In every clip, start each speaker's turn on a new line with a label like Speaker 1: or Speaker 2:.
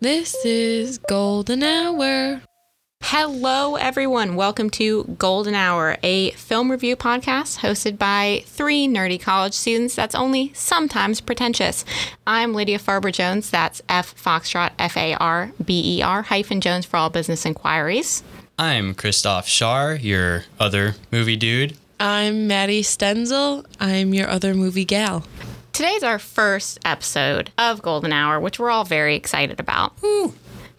Speaker 1: This is Golden Hour.
Speaker 2: Hello, everyone. Welcome to Golden Hour, a film review podcast hosted by three nerdy college students that's only sometimes pretentious. I'm Lydia Farber Jones. That's F Foxtrot, F A R B E R hyphen Jones for all business inquiries.
Speaker 3: I'm Christoph Schar, your other movie dude.
Speaker 1: I'm Maddie Stenzel. I'm your other movie gal.
Speaker 2: Today's our first episode of Golden Hour, which we're all very excited about.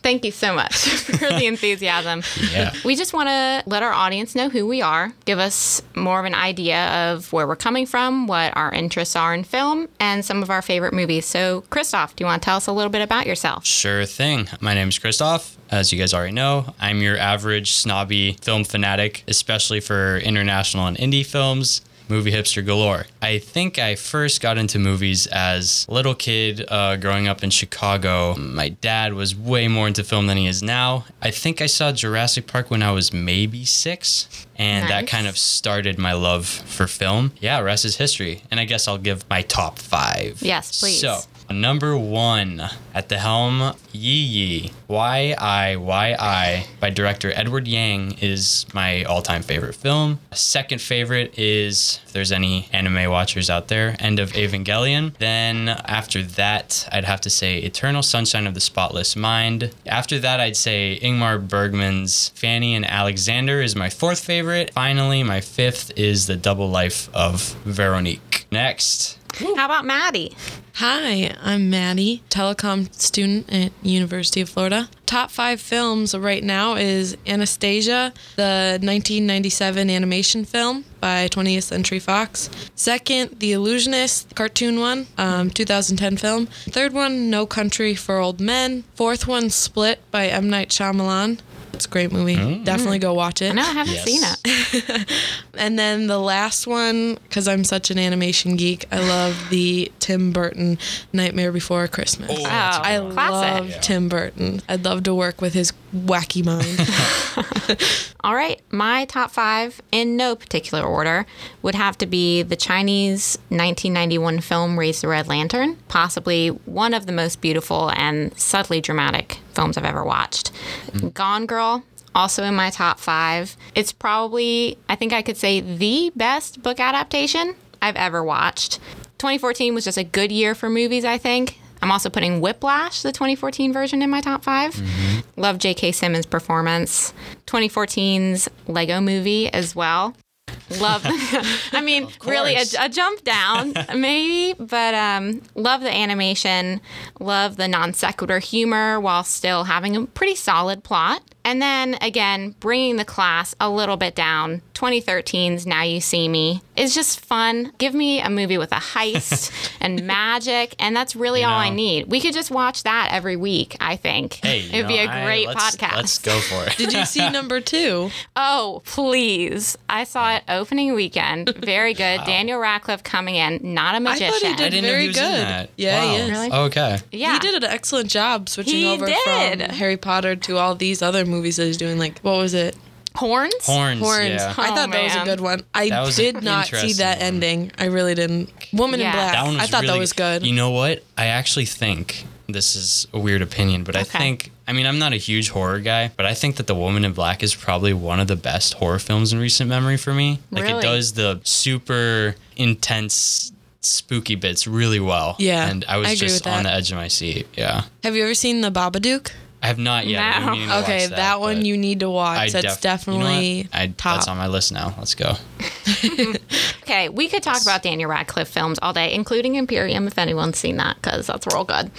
Speaker 2: Thank you so much for the enthusiasm.
Speaker 3: Yeah.
Speaker 2: We just want to let our audience know who we are, give us more of an idea of where we're coming from, what our interests are in film, and some of our favorite movies. So, Christoph, do you want to tell us a little bit about yourself?
Speaker 3: Sure thing. My name is Christoph. As you guys already know, I'm your average snobby film fanatic, especially for international and indie films. Movie hipster galore. I think I first got into movies as a little kid uh, growing up in Chicago. My dad was way more into film than he is now. I think I saw Jurassic Park when I was maybe six, and that
Speaker 2: Nice.
Speaker 3: kind of started my love for film. Yeah, rest is history. And I guess I'll give my top five.
Speaker 2: Yes, please.
Speaker 3: So, number one at the helm, Yee Yee, Why I, Why I, by director Edward Yang, is my all time favorite film. Second favorite is, if there's any anime watchers out there, End of Evangelion. Then, after that, I'd have to say Eternal Sunshine of the Spotless Mind. After that, I'd say Ingmar Bergman's Fanny and Alexander is my fourth favorite. Finally, my fifth is The Double Life of Veronique. Next.
Speaker 2: How about Maddie?
Speaker 1: Hi, I'm Maddie, telecom student at University of Florida. Top five films right now is Anastasia, the 1997 animation film by 20th Century Fox. Second, The Illusionist, cartoon one, um, 2010 film. Third one, No Country for Old Men. Fourth one, Split by M. Night Shyamalan. It's a great movie. Definitely go watch it.
Speaker 2: I know I haven't
Speaker 3: Yes.
Speaker 2: seen it.
Speaker 1: And then the last one, because I'm such an animation geek, I love the Tim Burton Nightmare Before Christmas.
Speaker 3: Oh, that's a
Speaker 2: Oh,
Speaker 3: good
Speaker 1: I
Speaker 3: one.
Speaker 2: classic.
Speaker 1: love Tim Burton. I'd love to work with his wacky mind.
Speaker 2: All right, my top five in no particular order would have to be the Chinese 1991 film Raise the Red Lantern, possibly one of the most beautiful and subtly dramatic films I've ever watched. Gone Girl, also in my top five. It's probably, I think I could say, the best book adaptation I've ever watched. 2014 was just a good year for movies, I think. I'm also putting Whiplash, the 2014 version, in my top 5 Love J.K. Simmons' performance. 2014's Lego movie as well. Love, I mean, really a,
Speaker 3: course.
Speaker 2: a jump down, maybe, but um, love the animation, love the non sequitur humor while still having a pretty solid plot. And then again, bringing the class a little bit down. 2013's Now You See Me is just fun. Give me a movie with a heist and magic, and that's really all I
Speaker 3: know.
Speaker 2: need. We could just watch that every week, I think.
Speaker 3: Hey, you
Speaker 2: it would be
Speaker 3: know,
Speaker 2: a
Speaker 3: I-
Speaker 2: great
Speaker 3: let's-
Speaker 2: podcast.
Speaker 3: Let's go for it.
Speaker 1: Did you see number two?
Speaker 2: Oh, please. I saw it opening weekend. Very good. Daniel Radcliffe coming in, not a
Speaker 1: I
Speaker 2: magician.
Speaker 1: thought he
Speaker 3: I
Speaker 1: did
Speaker 3: didn't know
Speaker 1: very
Speaker 3: he was in
Speaker 1: good.
Speaker 3: that.
Speaker 1: Yeah,
Speaker 3: Wow.
Speaker 1: he is.
Speaker 2: Really?
Speaker 3: Okay.
Speaker 2: Yeah.
Speaker 1: He did an excellent job switching
Speaker 2: He
Speaker 1: over
Speaker 2: did.
Speaker 1: from Harry Potter to all these other movies that he's doing. Like, what was it?
Speaker 2: Horns?
Speaker 3: Horns.
Speaker 1: Horns.
Speaker 3: Mm, Yeah.
Speaker 1: I thought
Speaker 2: Oh,
Speaker 1: that was a
Speaker 2: man.
Speaker 1: good one. I
Speaker 3: That was
Speaker 1: did
Speaker 3: an
Speaker 1: not see that
Speaker 3: interesting one.
Speaker 1: ending. I really didn't. Woman in
Speaker 2: Yeah.
Speaker 1: Black.
Speaker 3: That one was
Speaker 1: I thought
Speaker 3: really
Speaker 1: that was good.
Speaker 3: You know what? I actually think this is a weird opinion, but I
Speaker 2: Okay.
Speaker 3: think I mean I'm not a huge horror guy, but I think that The Woman in Black is probably one of the best horror films in recent memory for me. Like
Speaker 2: Really?
Speaker 3: it does the super intense spooky bits really well.
Speaker 1: Yeah,
Speaker 3: And I was
Speaker 1: I agree
Speaker 3: just
Speaker 1: with
Speaker 3: on
Speaker 1: that.
Speaker 3: the edge of my seat. Yeah.
Speaker 1: Have you ever seen The Babadook?
Speaker 3: I have not yet. I've been
Speaker 2: No.
Speaker 3: meaning to
Speaker 1: Okay,
Speaker 3: watch
Speaker 1: that, one
Speaker 3: but
Speaker 1: you need to watch.
Speaker 3: I
Speaker 1: That's
Speaker 3: def- you know what?
Speaker 1: definitely
Speaker 3: I,
Speaker 1: top.
Speaker 3: That's on my list now. Let's go.
Speaker 2: Okay, we could talk about Daniel Radcliffe films all day, including Imperium, if anyone's seen that, because that's real good.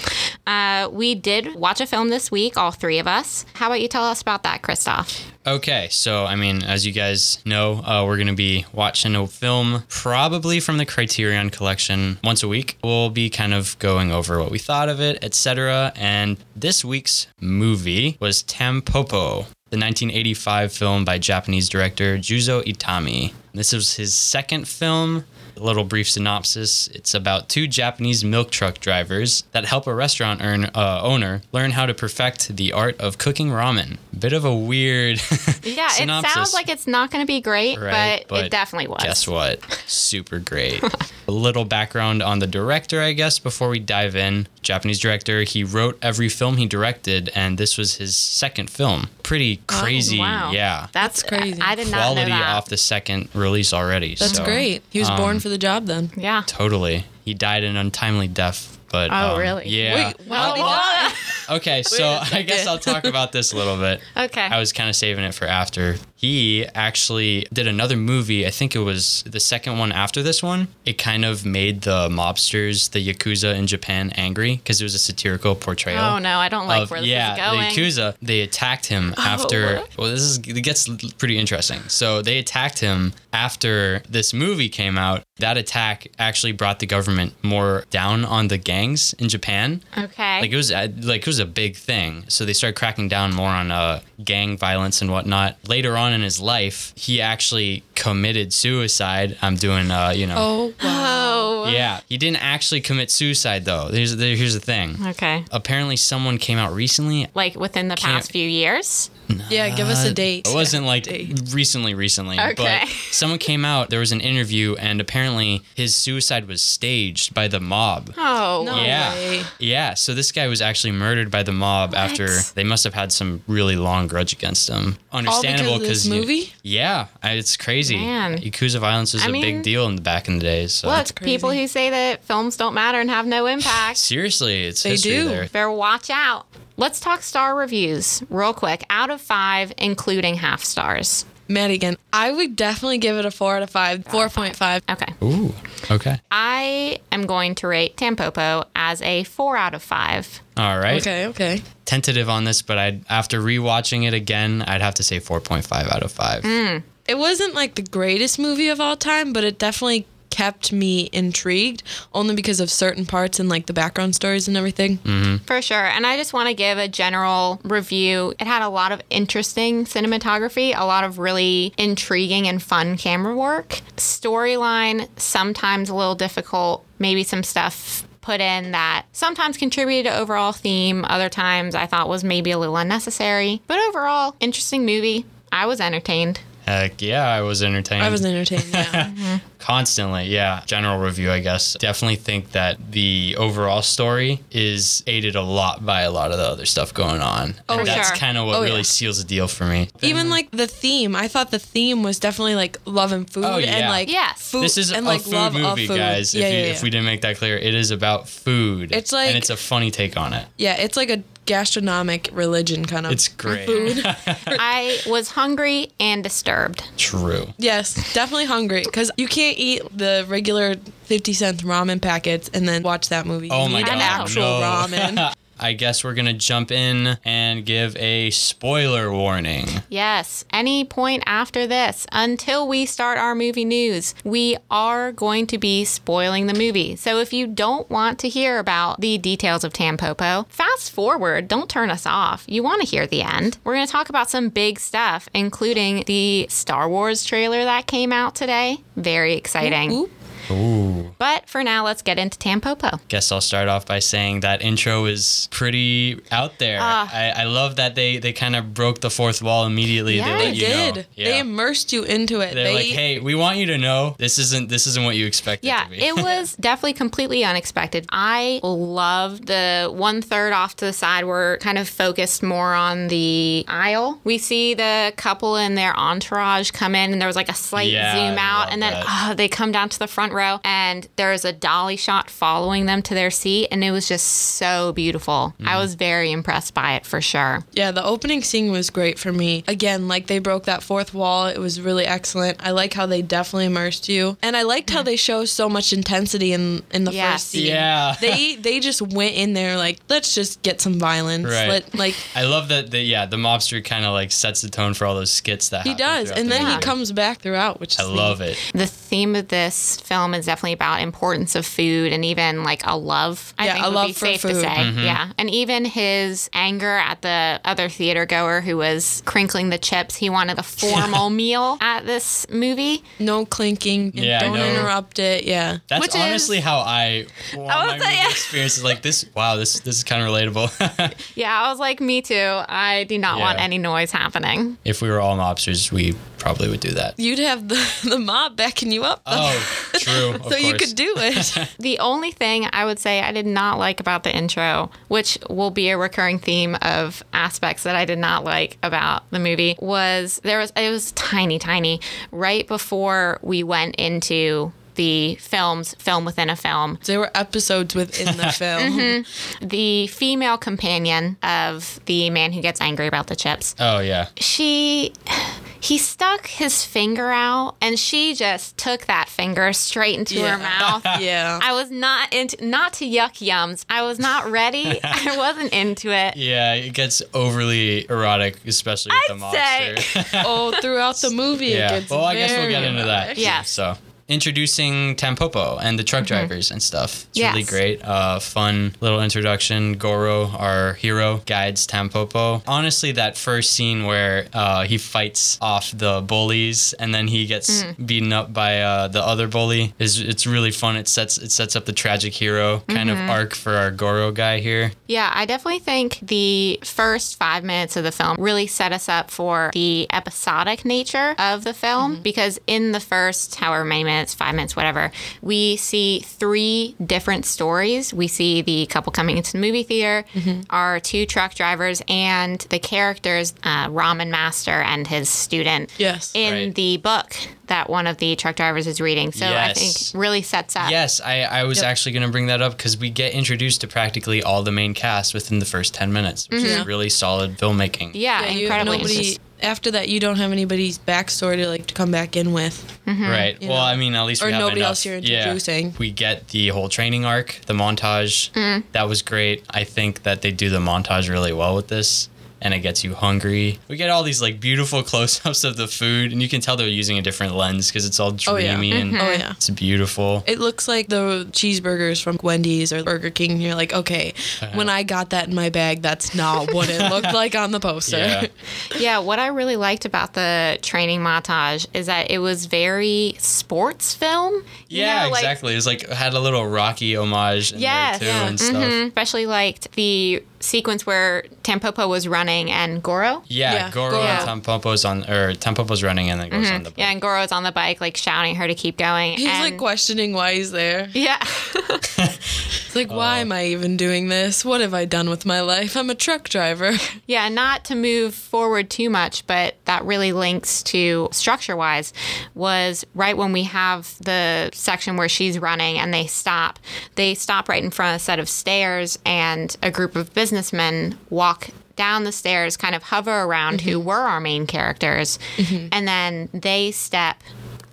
Speaker 2: Uh, we did watch a film this week, all three of us. How about you tell us about that, Christoph?
Speaker 3: Okay, so I mean, as you guys know, uh, we're going to be watching a film probably from the Criterion Collection once a week. We'll be kind of going over what we thought of it, etc. And this week's movie was Tampopo, the 1985 film by Japanese director Juzo Itami. This was his second film. A little brief synopsis it's about two Japanese milk truck drivers that help a restaurant earn, uh, owner learn how to perfect the art of cooking ramen. Bit of a weird
Speaker 2: Yeah,
Speaker 3: synopsis.
Speaker 2: it sounds like it's not going to be great,
Speaker 3: Right,
Speaker 2: but, it definitely was.
Speaker 3: Guess what? Super great. a little background on the director, I guess, before we dive in. Japanese director. He wrote every film he directed, and this was his second film. Pretty crazy.
Speaker 2: Oh, Wow.
Speaker 3: Yeah.
Speaker 1: That's
Speaker 2: That's,
Speaker 1: crazy.
Speaker 2: I, I did not know
Speaker 3: Quality
Speaker 2: that.
Speaker 3: off the second release already.
Speaker 1: That's
Speaker 3: so, um,
Speaker 1: great. He was born for the job then.
Speaker 2: yeah.
Speaker 3: Totally. He died an untimely death. But
Speaker 2: Oh,
Speaker 3: um,
Speaker 2: really?
Speaker 3: Yeah.
Speaker 1: Wait, wow.
Speaker 2: Oh, wow.
Speaker 3: Okay, so
Speaker 1: a
Speaker 3: I guess
Speaker 1: second.
Speaker 3: I'll talk about this a little bit.
Speaker 2: Okay.
Speaker 3: I was kind of saving it for after. He actually did another movie. I think it was the second one after this one. It kind of made the mobsters, the Yakuza in Japan, angry because it was a satirical portrayal.
Speaker 2: Oh, no, I don't like
Speaker 3: of-
Speaker 2: where this
Speaker 3: yeah,
Speaker 2: is going. Oh,
Speaker 3: the Yakuza, they attacked him after. Well, this is it gets pretty interesting. So they attacked him after this movie came out. That attack actually brought the government more down on the gangs in Japan
Speaker 2: okay.
Speaker 3: like it was uh, like it was a big thing so they started cracking down more on uh, gang violence and whatnot later on in his life he actually committed suicide i'm doing uh, you know
Speaker 1: Oh, wow.
Speaker 2: oh.
Speaker 3: yeah he didn't actually commit suicide though here's, there, here's the thing
Speaker 2: Okay.
Speaker 3: apparently someone came out recently
Speaker 2: Like within the
Speaker 3: Can't-
Speaker 2: past few years.
Speaker 1: Yeah, give us
Speaker 3: Uh,
Speaker 1: a date.
Speaker 3: It wasn't like
Speaker 1: Date.
Speaker 3: recently, recently.
Speaker 2: Okay.
Speaker 3: But someone came out, there was an interview, and apparently his suicide was staged by the mob.
Speaker 2: Oh.
Speaker 1: No.
Speaker 2: wow.
Speaker 3: Yeah.
Speaker 1: way.
Speaker 3: Yeah. So this guy was actually murdered by the mob after they must have had some really long grudge against him. Understandable
Speaker 1: of this
Speaker 3: you-
Speaker 1: movie?
Speaker 3: yeah, I- it's crazy.
Speaker 2: Man.
Speaker 3: Yakuza violence was
Speaker 2: I
Speaker 3: a
Speaker 2: mean-
Speaker 3: big deal in the back in the day. So
Speaker 2: Look,
Speaker 1: crazy.
Speaker 2: people who say that films don't matter and have no impact,
Speaker 3: seriously, it's
Speaker 1: They
Speaker 3: history
Speaker 1: do.
Speaker 3: there.
Speaker 2: better watch out. Let's talk star reviews real quick. Out of five, including half stars.
Speaker 1: Madigan, I would definitely give it a four out of five, 4.5.
Speaker 2: Okay.
Speaker 3: Ooh. Okay.
Speaker 2: I am going to rate Tampopo as a four out of five.
Speaker 3: All right.
Speaker 1: Okay, okay.
Speaker 3: Tentative on this, but I'd after rewatching it again, I'd have to say 4.5 out of 5.
Speaker 1: Hmm. It wasn't like the greatest movie of all time, but it definitely kept me intrigued only because of certain parts and like the background stories and everything.
Speaker 2: For sure. And I just want to give a general review. It had a lot of interesting cinematography, a lot of really intriguing and fun camera work. Storyline, sometimes a little difficult, maybe some stuff put in that sometimes contributed to overall theme, other times I thought was maybe a little unnecessary. But overall, interesting movie. I was entertained.
Speaker 3: Heck yeah, I was entertained.
Speaker 1: I was entertained, yeah.
Speaker 3: Constantly, yeah. General review, I guess. Definitely think that the overall story is aided a lot by a lot of the other stuff going on.
Speaker 1: Oh,
Speaker 3: and that's
Speaker 2: sure.
Speaker 3: kind of what
Speaker 1: Oh,
Speaker 3: really
Speaker 1: yeah.
Speaker 3: seals the deal for me.
Speaker 1: Even like the theme, I thought the theme was definitely like love and food
Speaker 3: Oh,
Speaker 1: and
Speaker 3: yeah.
Speaker 1: like
Speaker 2: Yes.
Speaker 1: food
Speaker 3: this is
Speaker 1: and
Speaker 3: a
Speaker 1: like
Speaker 3: food
Speaker 1: love
Speaker 3: movie,
Speaker 1: of food.
Speaker 3: guys.
Speaker 1: Yeah,
Speaker 3: if, you,
Speaker 1: yeah,
Speaker 3: if
Speaker 1: yeah.
Speaker 3: we didn't make that clear, it is about food.
Speaker 1: It's like-
Speaker 3: and it's a funny take on it.
Speaker 1: yeah, it's like a gastronomic religion kind of.
Speaker 3: It's great.
Speaker 2: I was hungry and disturbed.
Speaker 3: True.
Speaker 1: Yes, definitely hungry because you can't eat the regular 50 cent ramen packets and then watch that movie.
Speaker 3: Oh
Speaker 1: you
Speaker 3: my
Speaker 1: need
Speaker 3: god.
Speaker 1: an actual
Speaker 3: no.
Speaker 1: ramen.
Speaker 3: I guess we're gonna jump in and give a spoiler warning.
Speaker 2: Yes, any point after this, until we start our movie news, we are going to be spoiling the movie. So if you don't want to hear about the details of Tampopo, fast forward, don't turn us off. You want to hear the end. We're going to talk about some big stuff, including the Star Wars trailer that came out today. Very exciting.
Speaker 1: Oop.
Speaker 2: But for now, let's get into Tampopo.
Speaker 3: guess I'll start off by saying that intro is pretty out there.
Speaker 1: Ah.
Speaker 3: I, I love that they, they kind of broke the fourth wall immediately.
Speaker 2: Yeah,
Speaker 3: they
Speaker 1: They
Speaker 3: let you
Speaker 1: did.
Speaker 3: Know.
Speaker 1: They
Speaker 3: Yeah.
Speaker 1: immersed you into it.
Speaker 3: They're
Speaker 1: they
Speaker 3: like, hey, we want you to know this isn't this isn't what you expected
Speaker 2: Yeah,
Speaker 3: to be.
Speaker 2: it was definitely completely unexpected. I loved the one third off to the side. We're kind of focused more on the aisle. We see the couple and their entourage come in, and there was like a slight
Speaker 3: Yeah,
Speaker 2: zoom
Speaker 3: I
Speaker 2: out,
Speaker 3: love
Speaker 2: and then
Speaker 3: that.
Speaker 2: ah, they come down to the front row, and there's a dolly shot following them to their seat, and it was just so beautiful.
Speaker 3: Mm-hmm.
Speaker 2: I was very impressed by it for sure.
Speaker 1: Yeah, the opening scene was great for me. Again, like they broke that fourth wall. It was really excellent. I like how they definitely immersed you. And I liked how they show so much intensity in in the
Speaker 2: Mm. Yes.
Speaker 1: first scene.
Speaker 3: Yeah.
Speaker 1: They they just went in there like, let's just get some violence.
Speaker 3: Right.
Speaker 1: Let, like
Speaker 3: I love that the yeah, the mobster kind of like sets the tone for all those skits that
Speaker 1: he
Speaker 3: happen
Speaker 1: does.
Speaker 3: throughout
Speaker 1: And
Speaker 3: the
Speaker 1: then he
Speaker 3: movie.
Speaker 1: comes back throughout, which is
Speaker 3: I love it.
Speaker 2: The theme of this film film is definitely about importance of food and even like a love. I
Speaker 1: Yeah,
Speaker 2: think
Speaker 1: a
Speaker 2: would
Speaker 1: love
Speaker 2: be
Speaker 1: for
Speaker 2: safe to
Speaker 1: food.
Speaker 2: say. Yeah, and even his anger at the other theater goer who was crinkling the chips. He wanted a formal meal at this movie.
Speaker 1: No clinking. and
Speaker 3: Yeah, I
Speaker 1: don't
Speaker 3: know.
Speaker 1: interrupt it. Yeah.
Speaker 3: That's
Speaker 2: Which
Speaker 3: honestly
Speaker 2: is-
Speaker 3: how I all
Speaker 2: I
Speaker 3: my
Speaker 2: was like-
Speaker 3: movie experience is like this. Wow, this this is kind of relatable.
Speaker 2: Yeah, I was like, me too. I do not want
Speaker 3: Yeah.
Speaker 2: any noise happening.
Speaker 3: if we were all mobsters, we probably would do that.
Speaker 1: You'd have the, the mob backing you up. though.
Speaker 3: Oh, true. Of
Speaker 1: so you
Speaker 3: course.
Speaker 1: could do it.
Speaker 2: The only thing I would say I did not like about the intro, which will be a recurring theme of aspects that I did not like about the movie, was there was it was tiny, tiny. Right before we went into the film's film within a film,
Speaker 1: there were episodes within the film.
Speaker 2: Mm-hmm. the female companion of the man who gets angry about the chips
Speaker 3: Oh yeah.
Speaker 2: she he stuck his finger out and she just took that finger straight into
Speaker 1: Yeah.
Speaker 2: her mouth
Speaker 1: Yeah.
Speaker 2: i was not into not to yuck yums i was not ready i wasn't into it
Speaker 3: Yeah, it gets overly erotic, especially with the
Speaker 2: I'd
Speaker 3: mobster.
Speaker 1: oh, throughout the movie, it
Speaker 3: yeah.
Speaker 1: gets.
Speaker 3: Well, I guess we'll
Speaker 1: very
Speaker 3: get into that.
Speaker 1: erotic.
Speaker 2: Yeah. Yes.
Speaker 3: So introducing Tampopo and the truck drivers and stuff. It's really
Speaker 2: Yes.
Speaker 3: great. Uh, fun little introduction. Goro, our hero, guides Tampopo. Honestly, that first scene where uh, he fights off the bullies and then he gets
Speaker 2: Hmm.
Speaker 3: beaten up by uh, the other bully is it's really fun. It sets it sets up the tragic hero kind
Speaker 2: Mm-hmm.
Speaker 3: of arc for our Goro guy here.
Speaker 2: yeah i definitely think the first five minutes of the film really set us up for the episodic nature of the
Speaker 1: Mm-hmm.
Speaker 2: film because in the first however many minutes five minutes whatever we see three different stories we see the couple coming into the movie theater
Speaker 1: Mm-hmm.
Speaker 2: our two truck drivers and the characters uh, ramen master and his student
Speaker 1: Yes.
Speaker 2: in
Speaker 3: Right.
Speaker 2: the book that one of the truck drivers is reading so
Speaker 3: Yes.
Speaker 2: i think really sets up
Speaker 3: Yes, I, I was
Speaker 1: Yep.
Speaker 3: actually going to bring that up because we get introduced to practically all the main cast within the first 10 minutes, which
Speaker 1: Mhm. Yeah.
Speaker 3: is really solid filmmaking.
Speaker 1: Yeah,
Speaker 2: yeah,
Speaker 1: you have
Speaker 2: incredibly
Speaker 1: nobody.
Speaker 2: interesting.
Speaker 1: after that, you don't have anybody's backstory to like to come back in with.
Speaker 3: Right.
Speaker 1: You
Speaker 3: well,
Speaker 1: know.
Speaker 3: I mean, at least
Speaker 1: Mm-hmm. Or
Speaker 3: we have
Speaker 1: nobody
Speaker 3: enough-
Speaker 1: else you're
Speaker 3: yeah.
Speaker 1: introducing. Mm-hmm.
Speaker 3: We get the whole training arc, the montage. That was great. I think that they do the montage really well with this. And it gets you hungry. We get all these like beautiful close-ups of the food, and you can tell they're using a different lens because it's all
Speaker 1: Oh,
Speaker 3: dreamy
Speaker 1: yeah.
Speaker 3: and
Speaker 1: Oh yeah.
Speaker 3: it's beautiful.
Speaker 1: It looks like the cheeseburgers from Wendy's or Burger King. You're like, okay,
Speaker 3: Uh-huh.
Speaker 1: when I got that in my bag, that's not what it looked like on the poster.
Speaker 3: yeah.
Speaker 2: Yeah, what I really liked about the training montage is that it was very sports film. You
Speaker 3: Yeah,
Speaker 2: know, like-
Speaker 3: exactly. It was like had a little Rocky homage in
Speaker 2: Yes.
Speaker 3: there too
Speaker 1: Yeah. Mm-hmm.
Speaker 3: and stuff.
Speaker 2: Mhm, Especially liked the sequence where Tampopo was running and Goro.
Speaker 3: Yeah,
Speaker 1: Yeah, Mm-hmm.
Speaker 3: Goro
Speaker 1: Goro.
Speaker 3: and Tampopo's on or Tampopo's running and then goes on the bike.
Speaker 2: Yeah, and Goro's on the bike, like shouting her to keep going.
Speaker 1: He's
Speaker 2: and-
Speaker 1: like questioning why he's there.
Speaker 2: Yeah.
Speaker 1: It's like,
Speaker 3: Oh.
Speaker 1: why am I even doing this? What have I done with my life? I'm a truck driver.
Speaker 2: Yeah, not to move forward too much, but that really links to structure wise was right when we have the section where she's running and they stop. They stop right in front of a set of stairs and a group of businessmen walk down the stairs, kind of hover around who were our main characters, and then they step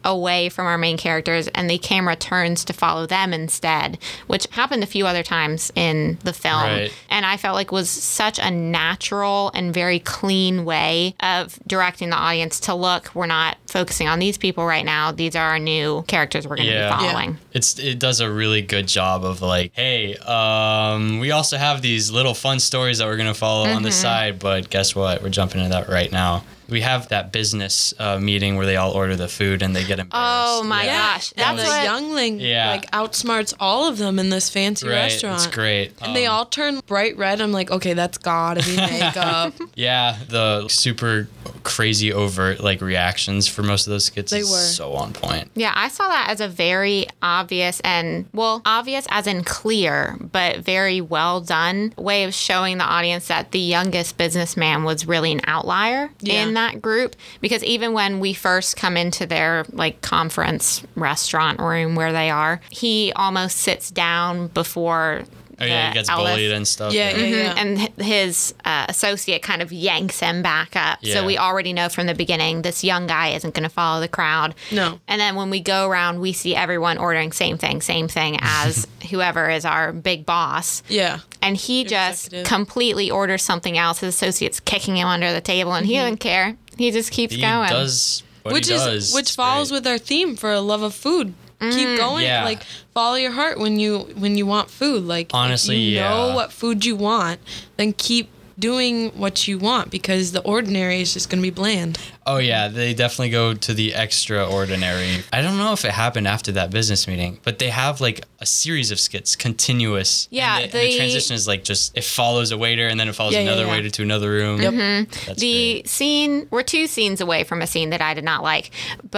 Speaker 2: away from our main characters and the camera turns to follow them instead, which happened a few other times in the film
Speaker 3: Right.
Speaker 2: and I felt like was such a natural and very clean way of directing the audience to look. We're not focusing on these people right now. These are our new characters we're going to
Speaker 3: Yeah.
Speaker 2: be
Speaker 3: Yeah.
Speaker 2: following.
Speaker 3: It's it does a really good job of like, hey, um, we also have these little fun stories that we're gonna follow on
Speaker 1: Mm-hmm.
Speaker 3: the side, but guess what? We're jumping into that right now. We have that business uh, meeting where they all order the food and they get embarrassed.
Speaker 2: Oh my
Speaker 3: Yeah.
Speaker 2: gosh,
Speaker 1: and
Speaker 2: that's
Speaker 1: the
Speaker 2: what.
Speaker 1: youngling
Speaker 3: Yeah.
Speaker 1: like outsmarts all of them in this fancy
Speaker 3: Right,
Speaker 1: restaurant.
Speaker 3: it's great.
Speaker 1: And they
Speaker 3: Um,
Speaker 1: all turn bright red. I'm like, okay, that's gotta be makeup.
Speaker 3: yeah, the super crazy overt like reactions for most of those skits
Speaker 1: They
Speaker 3: is
Speaker 1: were.
Speaker 3: so on point.
Speaker 2: Yeah, I saw that as a very obvious and, well, obvious as in clear, but very well done way of showing the audience that the youngest businessman was really an outlier
Speaker 1: Yeah.
Speaker 2: in that group. Because even when we first come into their like conference restaurant room where they are, he almost sits down before.
Speaker 3: Oh yeah,
Speaker 2: the
Speaker 3: he gets
Speaker 2: Ellis-
Speaker 3: bullied and stuff.
Speaker 1: Yeah, yeah, yeah.
Speaker 2: and h- his uh, associate kind of yanks him back up.
Speaker 3: Yeah.
Speaker 2: So we already know from the beginning this young guy isn't going to follow the crowd.
Speaker 1: No.
Speaker 2: And then when we go around, we see everyone ordering same thing, same thing as whoever is our big boss.
Speaker 1: yeah.
Speaker 2: And he just
Speaker 1: Executive.
Speaker 2: completely orders something else. His associate's kicking him under the table, and he doesn't care. He just keeps
Speaker 3: He
Speaker 2: going.
Speaker 3: does what
Speaker 1: Which
Speaker 3: he
Speaker 1: is
Speaker 3: does.
Speaker 1: which
Speaker 3: It's
Speaker 1: follows
Speaker 3: great.
Speaker 1: with our theme for a love of food. keep going.
Speaker 3: Yeah.
Speaker 1: Like follow your heart when you when you want food. Like if
Speaker 3: Honestly,
Speaker 1: you
Speaker 3: yeah.
Speaker 1: know what food you want, then keep doing what you want because the ordinary is just gonna be bland.
Speaker 3: Oh yeah, they definitely go to the extraordinary. I don't know if it happened after that business meeting, but they have like a series of skits, continuous. and
Speaker 2: Yeah,
Speaker 3: the, and
Speaker 2: they-
Speaker 3: the transition is like just it follows a waiter and then it follows
Speaker 1: Yeah, yeah,
Speaker 3: another
Speaker 1: yeah.
Speaker 3: waiter to another room. That's
Speaker 2: the
Speaker 3: great.
Speaker 2: scene we're two scenes away from a scene that i did not like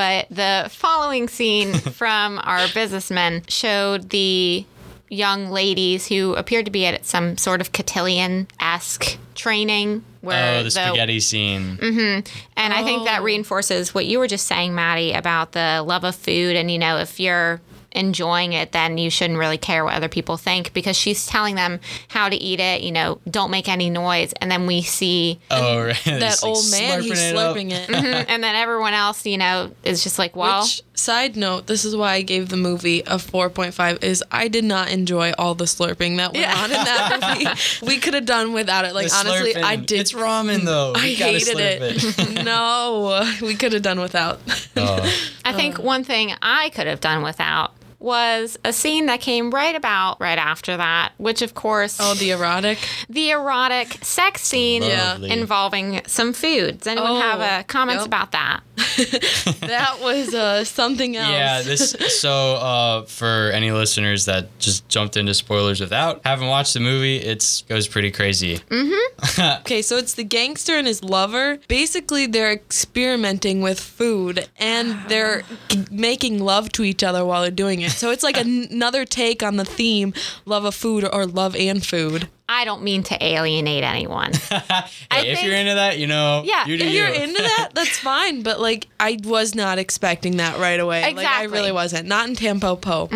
Speaker 2: but the following scene from our businessman showed the young ladies who appeared to be at some sort of cotillion-esque training
Speaker 1: uh,
Speaker 2: where
Speaker 3: oh the spaghetti scene.
Speaker 1: Mm-hmm.
Speaker 2: and I think that
Speaker 1: Oh.
Speaker 2: reinforces what you were just saying, Maddie, about the love of food. And, you know, if you're enjoying it, then you shouldn't really care what other people think because she's telling them how to eat it, you know, don't make any noise. And then we see,
Speaker 3: Oh right,
Speaker 1: That old man, he's slurping it. Mm-hmm.
Speaker 2: Mm, and then everyone else, you know, is just like, well,
Speaker 1: Which side note, this is why I gave the movie a 4.5 is I did not enjoy all the slurping that went on in that movie. We could have done without it. Like honestly, I did
Speaker 3: It's ramen though.
Speaker 1: I
Speaker 3: We gotta
Speaker 1: hated
Speaker 3: slurp
Speaker 1: it. no, we could have done without.
Speaker 3: Oh.
Speaker 2: I think
Speaker 1: uh,
Speaker 2: one thing I could have done without was a scene that came right about right after that, which, of course,
Speaker 1: Oh, the erotic.
Speaker 2: the erotic sex scene
Speaker 3: Yeah. Lovely.
Speaker 2: involving some food. Does anyone
Speaker 1: Oh,
Speaker 2: have uh, comments
Speaker 1: yep.
Speaker 2: about that?
Speaker 1: That was uh, something else.
Speaker 3: Yeah, this so uh, for any listeners that just jumped into spoilers without haven't watched the movie, it goes pretty crazy.
Speaker 1: Okay, so it's the gangster and his lover. Basically, they're experimenting with food and they're g- making love to each other while they're doing it. So it's like an- another take on the theme love of food or love and food.
Speaker 2: I don't mean to alienate anyone. I
Speaker 3: Hey, if
Speaker 2: think-
Speaker 3: you're into that, you know,
Speaker 2: Yeah,
Speaker 3: you do
Speaker 1: If you're
Speaker 3: you.
Speaker 1: into that, that's fine. But like, I was not expecting that right away. Like, I
Speaker 2: Exactly.
Speaker 1: really wasn't. Not in Tampo Po.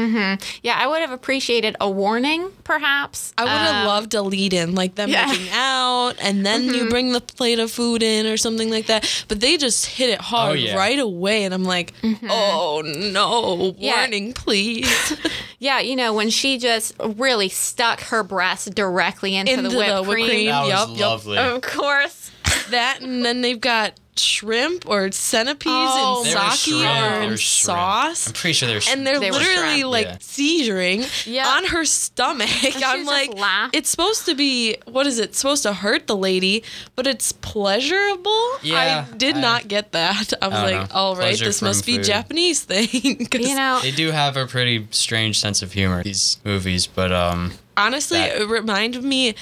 Speaker 2: yeah, I would have appreciated a warning, perhaps.
Speaker 1: I would have
Speaker 2: Um,
Speaker 1: loved a lead in, like them
Speaker 2: Yeah. Mm-hmm.
Speaker 1: making out, and then you bring the plate of food in or something like that. But they just hit it hard
Speaker 3: Oh, yeah.
Speaker 1: right away, and I'm like, oh no,
Speaker 2: Mm-hmm. Yeah.
Speaker 1: warning, please.
Speaker 2: Yeah, you know, when she just really stuck her breast directly into, the whipped, cream.
Speaker 3: That was
Speaker 1: Yup, Uh, yup.
Speaker 3: lovely.
Speaker 2: Of course.
Speaker 1: That, and then they've got shrimp or centipedes
Speaker 2: Oh,
Speaker 1: and
Speaker 2: There
Speaker 3: was
Speaker 1: sake
Speaker 3: shrimp,
Speaker 1: or
Speaker 3: there
Speaker 1: in
Speaker 3: was shrimp.
Speaker 1: sauce.
Speaker 3: I'm pretty sure there's
Speaker 1: and they're
Speaker 2: They were
Speaker 1: literally
Speaker 2: shrimp.
Speaker 1: like
Speaker 3: Yeah.
Speaker 1: seizuring
Speaker 2: Yeah.
Speaker 1: on her stomach. I'm
Speaker 2: just
Speaker 1: like,
Speaker 2: laugh.
Speaker 1: it's supposed to be what is it? It's supposed to hurt the lady, but it's pleasurable.
Speaker 3: Yeah,
Speaker 1: I did
Speaker 3: I-
Speaker 1: not get that. I was
Speaker 3: I don't
Speaker 1: like,
Speaker 3: know.
Speaker 1: all right,
Speaker 3: Pleasure
Speaker 1: this
Speaker 3: from
Speaker 1: must be
Speaker 3: food.
Speaker 1: Japanese thing. 'Cause
Speaker 2: You know,
Speaker 3: they do have a pretty strange sense of humor these movies, but um,
Speaker 1: honestly,
Speaker 3: That-
Speaker 1: it reminded me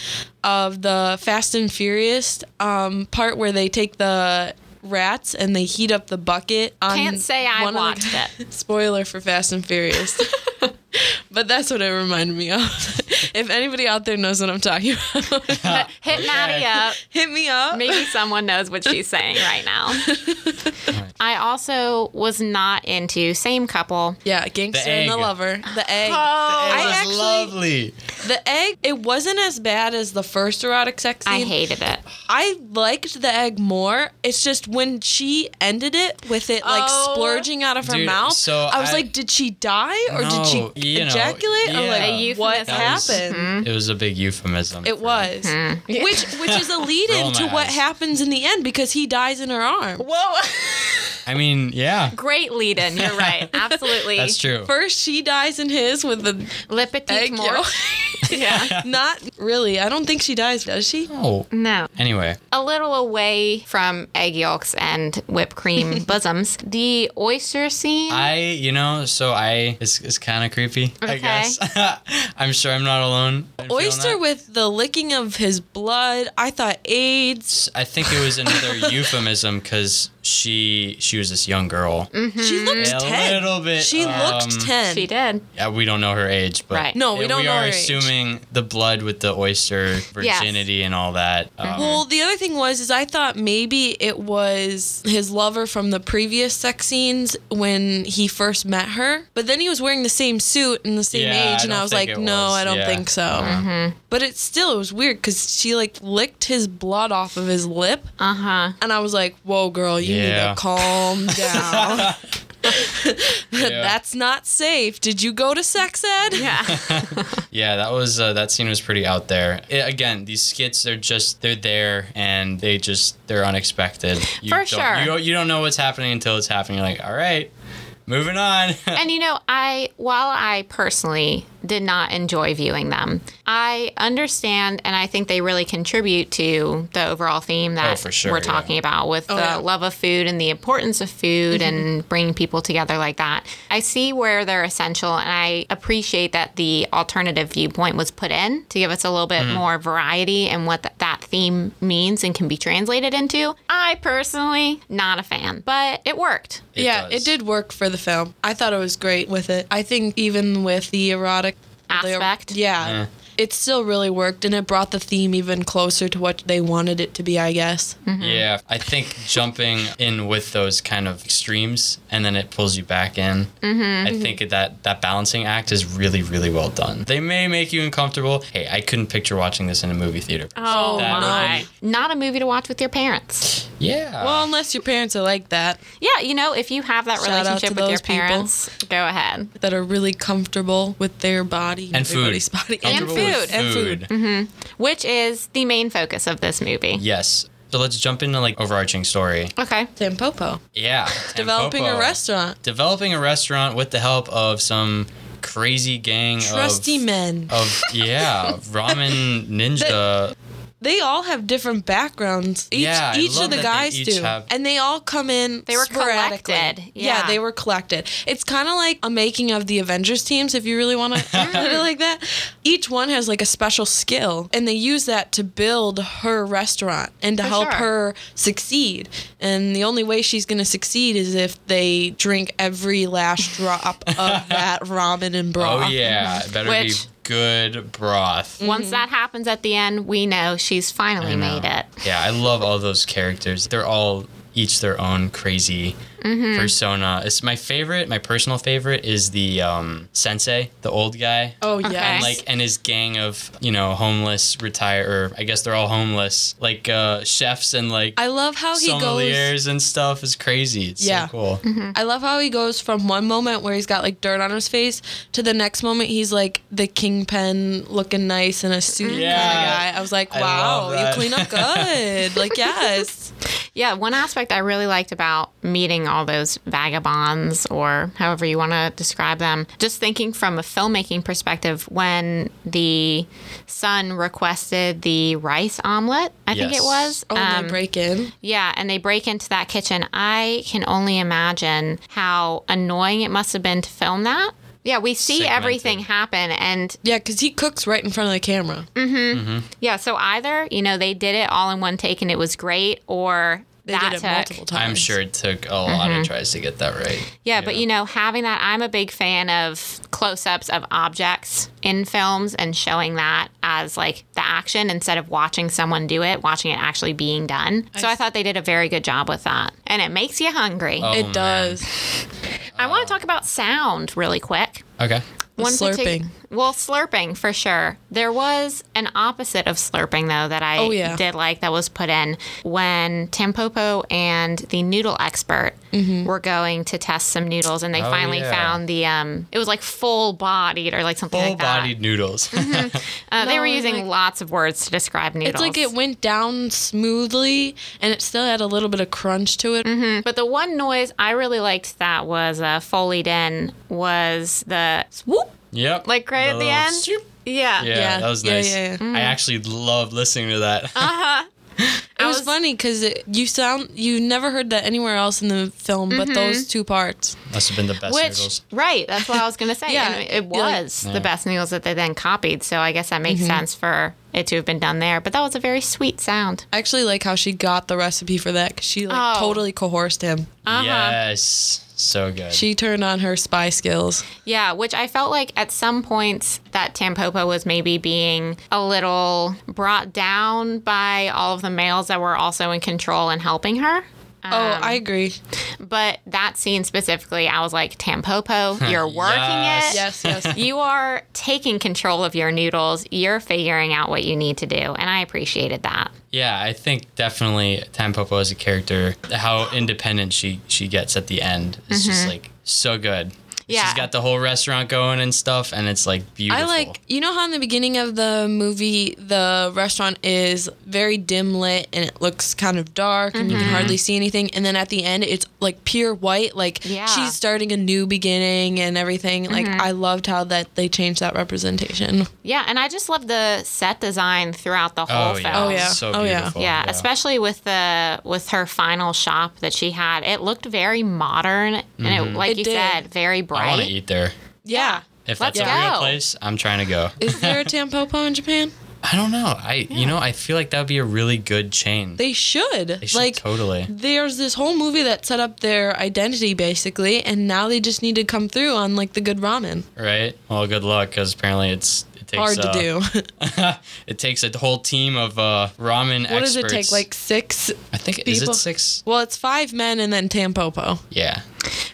Speaker 1: of the Fast and Furious um, part where they take the rats and they heat up the bucket. On
Speaker 2: Can't say I
Speaker 1: one of the-
Speaker 2: watched it.
Speaker 1: Spoiler for Fast and Furious. but that's what it reminded me of. if anybody out there knows what I'm talking about,
Speaker 2: hit Maddie
Speaker 3: Okay.
Speaker 2: up.
Speaker 1: hit me up.
Speaker 2: Maybe someone knows what she's saying right now. I also was not into same couple.
Speaker 1: Yeah, gangster
Speaker 3: The
Speaker 1: and the
Speaker 3: egg.
Speaker 1: lover. The egg.
Speaker 2: Oh,
Speaker 3: it
Speaker 1: I
Speaker 3: was
Speaker 1: actually-
Speaker 3: lovely.
Speaker 1: The egg. It wasn't as bad as the first erotic sex
Speaker 2: I
Speaker 1: scene.
Speaker 2: hated it.
Speaker 1: I liked the egg more. It's just when she ended it with it like
Speaker 2: Oh.
Speaker 1: splurging out of her
Speaker 3: Dude,
Speaker 1: mouth.
Speaker 3: so
Speaker 1: I was
Speaker 3: I-
Speaker 1: like, did she die or did
Speaker 3: No,
Speaker 1: she
Speaker 3: you know,
Speaker 1: ejaculate? Or
Speaker 3: yeah. A
Speaker 1: like,
Speaker 2: euphemism.
Speaker 1: what
Speaker 2: That
Speaker 3: was-
Speaker 1: happened?
Speaker 3: Mm-hmm. It was a big euphemism.
Speaker 1: It
Speaker 3: for-
Speaker 1: was,
Speaker 2: Hmm.
Speaker 1: which which is a lead
Speaker 3: Roll
Speaker 1: in
Speaker 3: my
Speaker 1: to what
Speaker 3: eyes.
Speaker 1: happens in the end because he dies in her arm.
Speaker 2: Whoa.
Speaker 3: I mean, yeah,
Speaker 2: Great lead in. You're right. Absolutely.
Speaker 3: that's true.
Speaker 1: First, she dies in his with the
Speaker 2: Le petit
Speaker 1: egg
Speaker 2: mort.
Speaker 1: yolk.
Speaker 2: yeah.
Speaker 1: Not really. I don't think she dies, does she?
Speaker 3: oh,
Speaker 2: No.
Speaker 3: anyway,
Speaker 2: A little away from egg yolks and whipped cream bosoms. The oyster scene.
Speaker 3: I, you know, so I, it's, it's kind of creepy. I
Speaker 2: Okay.
Speaker 3: guess. I'm sure I'm not alone. in feeling
Speaker 1: Oyster
Speaker 3: that.
Speaker 1: with the licking of his blood. I thought AIDS.
Speaker 3: I think it was another euphemism because she she was this young girl.
Speaker 1: She looked
Speaker 3: A
Speaker 1: ten.
Speaker 3: little bit,
Speaker 1: She
Speaker 3: um,
Speaker 1: looked ten.
Speaker 2: Mm-hmm. she did.
Speaker 3: Yeah, we don't know her age, but
Speaker 2: Right.
Speaker 1: No, we
Speaker 3: Yeah,
Speaker 1: don't
Speaker 3: We
Speaker 1: know
Speaker 3: are
Speaker 1: her age.
Speaker 3: assuming the blood with the oyster virginity and all that. Um,
Speaker 1: Mm-hmm. Well, the other thing was is I thought maybe it was his lover from the previous sex scenes when he first met her, but then he was wearing the same suit and the same
Speaker 3: Yeah, I
Speaker 1: age, and
Speaker 3: don't
Speaker 1: I was
Speaker 3: think
Speaker 1: like,
Speaker 3: it
Speaker 1: no,
Speaker 3: was.
Speaker 1: I don't
Speaker 3: Yeah. Mm.
Speaker 1: think so.
Speaker 2: Mm-hmm.
Speaker 1: But it still it was weird because she like licked his blood off of his lip,
Speaker 2: Uh huh.
Speaker 1: and I was like, whoa, girl, you
Speaker 3: Yeah.
Speaker 1: need to calm down. That's not safe. Did you go to sex ed?
Speaker 2: Yeah.
Speaker 3: yeah, that was uh, that scene was pretty out there. It- again, these skits they're just they're there and they just they're unexpected. You
Speaker 2: For
Speaker 3: don't,
Speaker 2: sure.
Speaker 3: You, don't- you don't know what's happening until it's happening. You're like, all right, Moving on.
Speaker 2: and you know, I while I personally did not enjoy viewing them, I understand and I think they really contribute to the overall theme
Speaker 3: Oh,
Speaker 2: that
Speaker 3: for sure,
Speaker 2: we're
Speaker 3: yeah.
Speaker 2: talking about with the
Speaker 1: yeah.
Speaker 2: love of food and the importance of food and bringing people together like that. I see where they're essential and I appreciate that the alternative viewpoint was put in to give us a little bit
Speaker 3: Mm-hmm.
Speaker 2: more variety and what th- that theme means and can be translated into. I personally not a fan, but it worked.
Speaker 1: yeah,
Speaker 3: does.
Speaker 1: it did work for the film. I thought it was great with it. I think even with the erotic the- er,
Speaker 2: Aspect?
Speaker 1: yeah,
Speaker 3: Eh.
Speaker 1: it still really worked, and it brought the theme even closer to what they wanted it to be. I guess.
Speaker 3: Yeah, I think jumping in with those kind of extremes and then it pulls you back in. Mm-hmm. I think that that balancing act is really, really well done. They may make you uncomfortable. Hey, I couldn't picture watching this in a movie theater.
Speaker 1: Uh,
Speaker 2: Oh
Speaker 3: That
Speaker 2: my.
Speaker 3: would
Speaker 2: Not a movie to watch with your parents.
Speaker 3: Yeah.
Speaker 1: Well, unless your parents are like that,
Speaker 2: Yeah, you know, if you have that
Speaker 1: Shout out
Speaker 2: relationship
Speaker 1: to
Speaker 2: with your
Speaker 1: those people.
Speaker 2: parents, go ahead.
Speaker 1: that are really comfortable with their body
Speaker 3: And food.
Speaker 1: everybody's Body.
Speaker 3: Comfortable with
Speaker 1: and food. Mm-hmm.
Speaker 2: Which is the main focus of this movie.
Speaker 3: Yes. So let's jump into like overarching story.
Speaker 2: Okay.
Speaker 1: Tampopo.
Speaker 3: Yeah.
Speaker 1: Developing
Speaker 3: Tampopo.
Speaker 1: a restaurant.
Speaker 3: Developing a restaurant with the help of some crazy gang
Speaker 1: Trusty
Speaker 3: of
Speaker 1: men.
Speaker 3: of yeah, ramen ninja
Speaker 1: They all have different backgrounds. Each,
Speaker 3: Yeah, I
Speaker 1: each
Speaker 3: love
Speaker 1: of the
Speaker 3: that they
Speaker 1: guys
Speaker 3: each
Speaker 1: do.
Speaker 3: have-
Speaker 1: And they all come in.
Speaker 2: They were
Speaker 1: sporadically.
Speaker 2: collected, yeah.
Speaker 1: they were collected. It's kind of like a making of the Avengers teams, if you really want to put it like that. Each one has like a special skill, and they use that to build her restaurant and to
Speaker 2: For
Speaker 1: help
Speaker 2: sure.
Speaker 1: her succeed. And the only way she's going to succeed is if they drink every last drop of that ramen and broth.
Speaker 3: Oh yeah, it better
Speaker 2: Which-
Speaker 3: be good broth.
Speaker 2: Once that happens at the end, we know she's finally made it.
Speaker 3: Yeah, I love all those characters. They're all each their own crazy
Speaker 1: Mm-hmm.
Speaker 3: persona. It's my favorite, my personal favorite is the um, sensei, the old guy.
Speaker 1: Oh
Speaker 2: Okay.
Speaker 1: yeah.
Speaker 3: Like and his gang of you know homeless retire or I guess they're all homeless like uh, chefs and like
Speaker 1: I love how he goes.
Speaker 3: sommeliers and stuff is crazy. It's
Speaker 1: Yeah. Mm-hmm.
Speaker 3: so cool.
Speaker 1: I love how he goes from one moment where he's got like dirt on his face to the next moment he's like the kingpin looking nice in a suit
Speaker 3: Yeah.
Speaker 1: kind of guy. I was like,
Speaker 3: I
Speaker 1: wow,
Speaker 3: love
Speaker 1: you
Speaker 3: that.
Speaker 1: clean up good. like, yes.
Speaker 2: Yeah, one aspect I really liked about meeting all those vagabonds, or however you want to describe them, just thinking from a filmmaking perspective, when the son requested the rice omelet, I think
Speaker 3: Yes.
Speaker 2: it was.
Speaker 1: Oh, and
Speaker 2: um,
Speaker 1: they break in.
Speaker 2: Yeah, and they break into that kitchen. I can only imagine how annoying it must have been to film that. Yeah, we see
Speaker 3: Segmented.
Speaker 2: everything happen. And
Speaker 1: Yeah, because he cooks right in front of the camera.
Speaker 2: yeah, so either, you know, they did it all in one take and it was great, or
Speaker 1: They
Speaker 2: that
Speaker 1: did it
Speaker 2: took.
Speaker 1: multiple times.
Speaker 3: I'm sure it took a lot
Speaker 1: Mm-hmm.
Speaker 3: of tries to get that right.
Speaker 2: Yeah, but you know, having that, I'm a big fan of close ups of objects in films and showing that as like the action instead of watching someone do it, watching it actually being done. so I
Speaker 1: s-
Speaker 2: thought they did a very good job with that. And it makes you hungry.
Speaker 3: Oh, uh,
Speaker 1: It
Speaker 3: man.
Speaker 1: does.
Speaker 2: I want to talk about sound really quick.
Speaker 3: Okay.
Speaker 2: partic-
Speaker 1: slurping.
Speaker 2: well, slurping for sure. There was an opposite of slurping though that I
Speaker 1: Oh, yeah.
Speaker 2: did like that was put in when Tampopo and the noodle expert were going to test some noodles, and they
Speaker 3: Oh,
Speaker 2: finally
Speaker 3: yeah.
Speaker 2: found the um. It was like full bodied or like something
Speaker 3: Full
Speaker 2: like that.
Speaker 3: bodied noodles.
Speaker 1: Mm-hmm.
Speaker 2: Uh, they
Speaker 1: No,
Speaker 2: were
Speaker 1: it was
Speaker 2: using
Speaker 1: like-
Speaker 2: lots of words to describe noodles.
Speaker 1: It's like it went down smoothly and it still had a little bit of crunch to it.
Speaker 2: But the one noise I really liked that was uh, foleyed in was the swoop,
Speaker 3: Yep.
Speaker 2: like right at the
Speaker 3: little
Speaker 2: end.
Speaker 3: swoop.
Speaker 2: Yeah.
Speaker 3: Yeah,
Speaker 1: Yeah.
Speaker 3: that was
Speaker 1: Yeah,
Speaker 3: nice.
Speaker 1: yeah, Mm. Uh-huh. yeah.
Speaker 3: I actually loved listening to that.
Speaker 1: It
Speaker 2: I
Speaker 1: was,
Speaker 2: was-
Speaker 1: funny because you sound you never heard that anywhere else in the film, but those two parts.
Speaker 3: Must have been the best
Speaker 2: Which
Speaker 3: noodles.
Speaker 2: right, that's what I was gonna say.
Speaker 1: Yeah,
Speaker 2: and it
Speaker 1: you're like-
Speaker 2: was the best noodles that they then copied. So I guess that makes sense for it to have been done there. But that was a very sweet sound.
Speaker 1: I actually like how she got the recipe for that because she like
Speaker 2: Oh.
Speaker 1: totally coerced him.
Speaker 2: Uh-huh.
Speaker 3: Yes, so good.
Speaker 1: She turned on her spy skills.
Speaker 2: Yeah, which I felt like at some points that Tampopo was maybe being a little brought down by all of the males that were also in control and helping her.
Speaker 1: Oh, I agree.
Speaker 2: But that scene specifically, I was like, Tampopo, you're working it.
Speaker 3: Yes.
Speaker 1: Yes, yes.
Speaker 2: You are taking control of your noodles. You're figuring out what you need to do. And I appreciated that.
Speaker 3: yeah, I think definitely Tampopo
Speaker 1: Mm-hmm.
Speaker 3: as a character, how independent she she gets at the end is just like so good.
Speaker 2: Yeah.
Speaker 3: She's got the whole restaurant going and stuff, and it's like beautiful.
Speaker 1: I like you know how in the beginning of the movie the restaurant is very dim lit and it looks kind of dark and you can hardly see anything and then at the end it's like pure white like
Speaker 2: Yeah.
Speaker 1: she's starting a new beginning and everything like I loved how that they changed that representation.
Speaker 2: Yeah, and I just love the set design throughout the whole
Speaker 3: oh,
Speaker 2: film.
Speaker 3: yeah.
Speaker 1: Oh, yeah.
Speaker 3: So
Speaker 1: Oh, yeah.
Speaker 3: beautiful.
Speaker 2: Yeah, especially with the with her final shop that she had. It looked very modern and it like
Speaker 1: It
Speaker 2: you
Speaker 1: did.
Speaker 2: said, very
Speaker 3: Mm-hmm. I want to
Speaker 2: bright.
Speaker 3: eat there.
Speaker 1: Yeah.
Speaker 3: If
Speaker 2: Let's
Speaker 3: that's a
Speaker 2: go.
Speaker 3: real place, I'm trying to go.
Speaker 1: Is there a Tampopo in Japan?
Speaker 3: I don't know. I you know I feel like that would be a really good chain.
Speaker 1: They should.
Speaker 3: They should
Speaker 1: like
Speaker 3: totally.
Speaker 1: there's this whole movie that set up their identity basically and now they just need to come through on like the good ramen.
Speaker 3: Right. Well, good luck because apparently it's it takes
Speaker 1: Hard
Speaker 3: uh,
Speaker 1: to do.
Speaker 3: it takes a whole team of uh, ramen
Speaker 1: what
Speaker 3: experts.
Speaker 1: does it take like 6?
Speaker 3: I think is
Speaker 1: people?
Speaker 3: it six?
Speaker 1: Well, it's 5 men and then Tampopo.
Speaker 3: Yeah.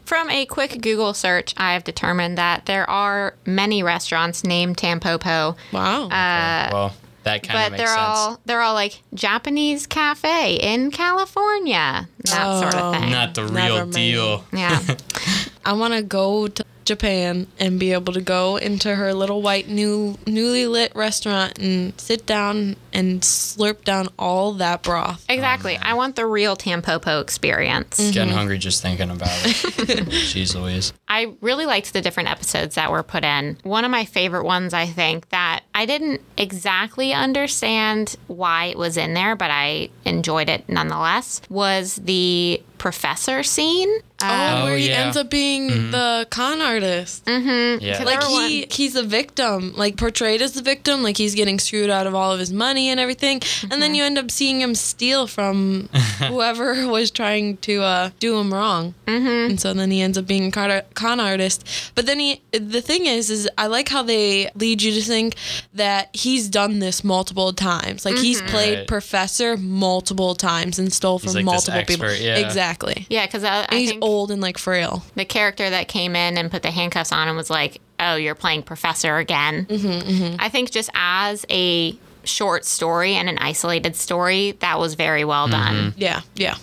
Speaker 2: From a quick Google search, I have determined that there are many restaurants named Tampopo,
Speaker 1: Wow.
Speaker 2: Uh,
Speaker 3: well, that kind of
Speaker 2: but
Speaker 3: makes
Speaker 2: they're
Speaker 3: sense.
Speaker 2: all they're all like Japanese cafe in California, that sort
Speaker 1: Oh.
Speaker 2: of thing.
Speaker 3: Not the
Speaker 1: Never
Speaker 3: real
Speaker 1: mind. Mm-hmm.
Speaker 3: deal.
Speaker 2: yeah.
Speaker 1: I want to go to Japan and be able to go into her little white new newly lit restaurant and sit down and slurp down all that broth.
Speaker 2: Exactly.
Speaker 3: Oh,
Speaker 2: I want the real Tampopo experience.
Speaker 3: Getting hungry just thinking about it. Jeez Louise.
Speaker 2: I really liked the different episodes that were put in. One of my favorite ones, I think, that I didn't exactly understand why it was in there, but I enjoyed it nonetheless, was the professor scene. Uh,
Speaker 1: Oh, where he
Speaker 3: yeah. Mm-hmm.
Speaker 1: ends up being the con artist.
Speaker 2: Mm,
Speaker 3: Yeah.
Speaker 1: Like
Speaker 2: Another
Speaker 1: he, he's a victim, like portrayed as the victim, like he's getting screwed out of all of his money and everything. And
Speaker 3: Mhm.
Speaker 1: then you end up seeing him steal from whoever was trying to uh, do him wrong. Mm-hmm. And so then he ends up being a con, con artist. But then he, the thing is, is I like how they lead you to think that he's done this multiple times. Like he's played
Speaker 3: Mm-hmm. Right.
Speaker 1: professor multiple times and stole from
Speaker 3: like this
Speaker 1: multiple people.
Speaker 3: expert, yeah.
Speaker 1: Exactly.
Speaker 2: yeah, because I,
Speaker 1: And
Speaker 2: I
Speaker 1: he's
Speaker 2: think
Speaker 1: old and like frail.
Speaker 2: the character that came in and put the handcuffs on and was like, oh, you're playing professor again.
Speaker 1: Mm-hmm,
Speaker 2: I think just as a short story and an isolated story, that was very well done.
Speaker 1: Yeah. Yeah.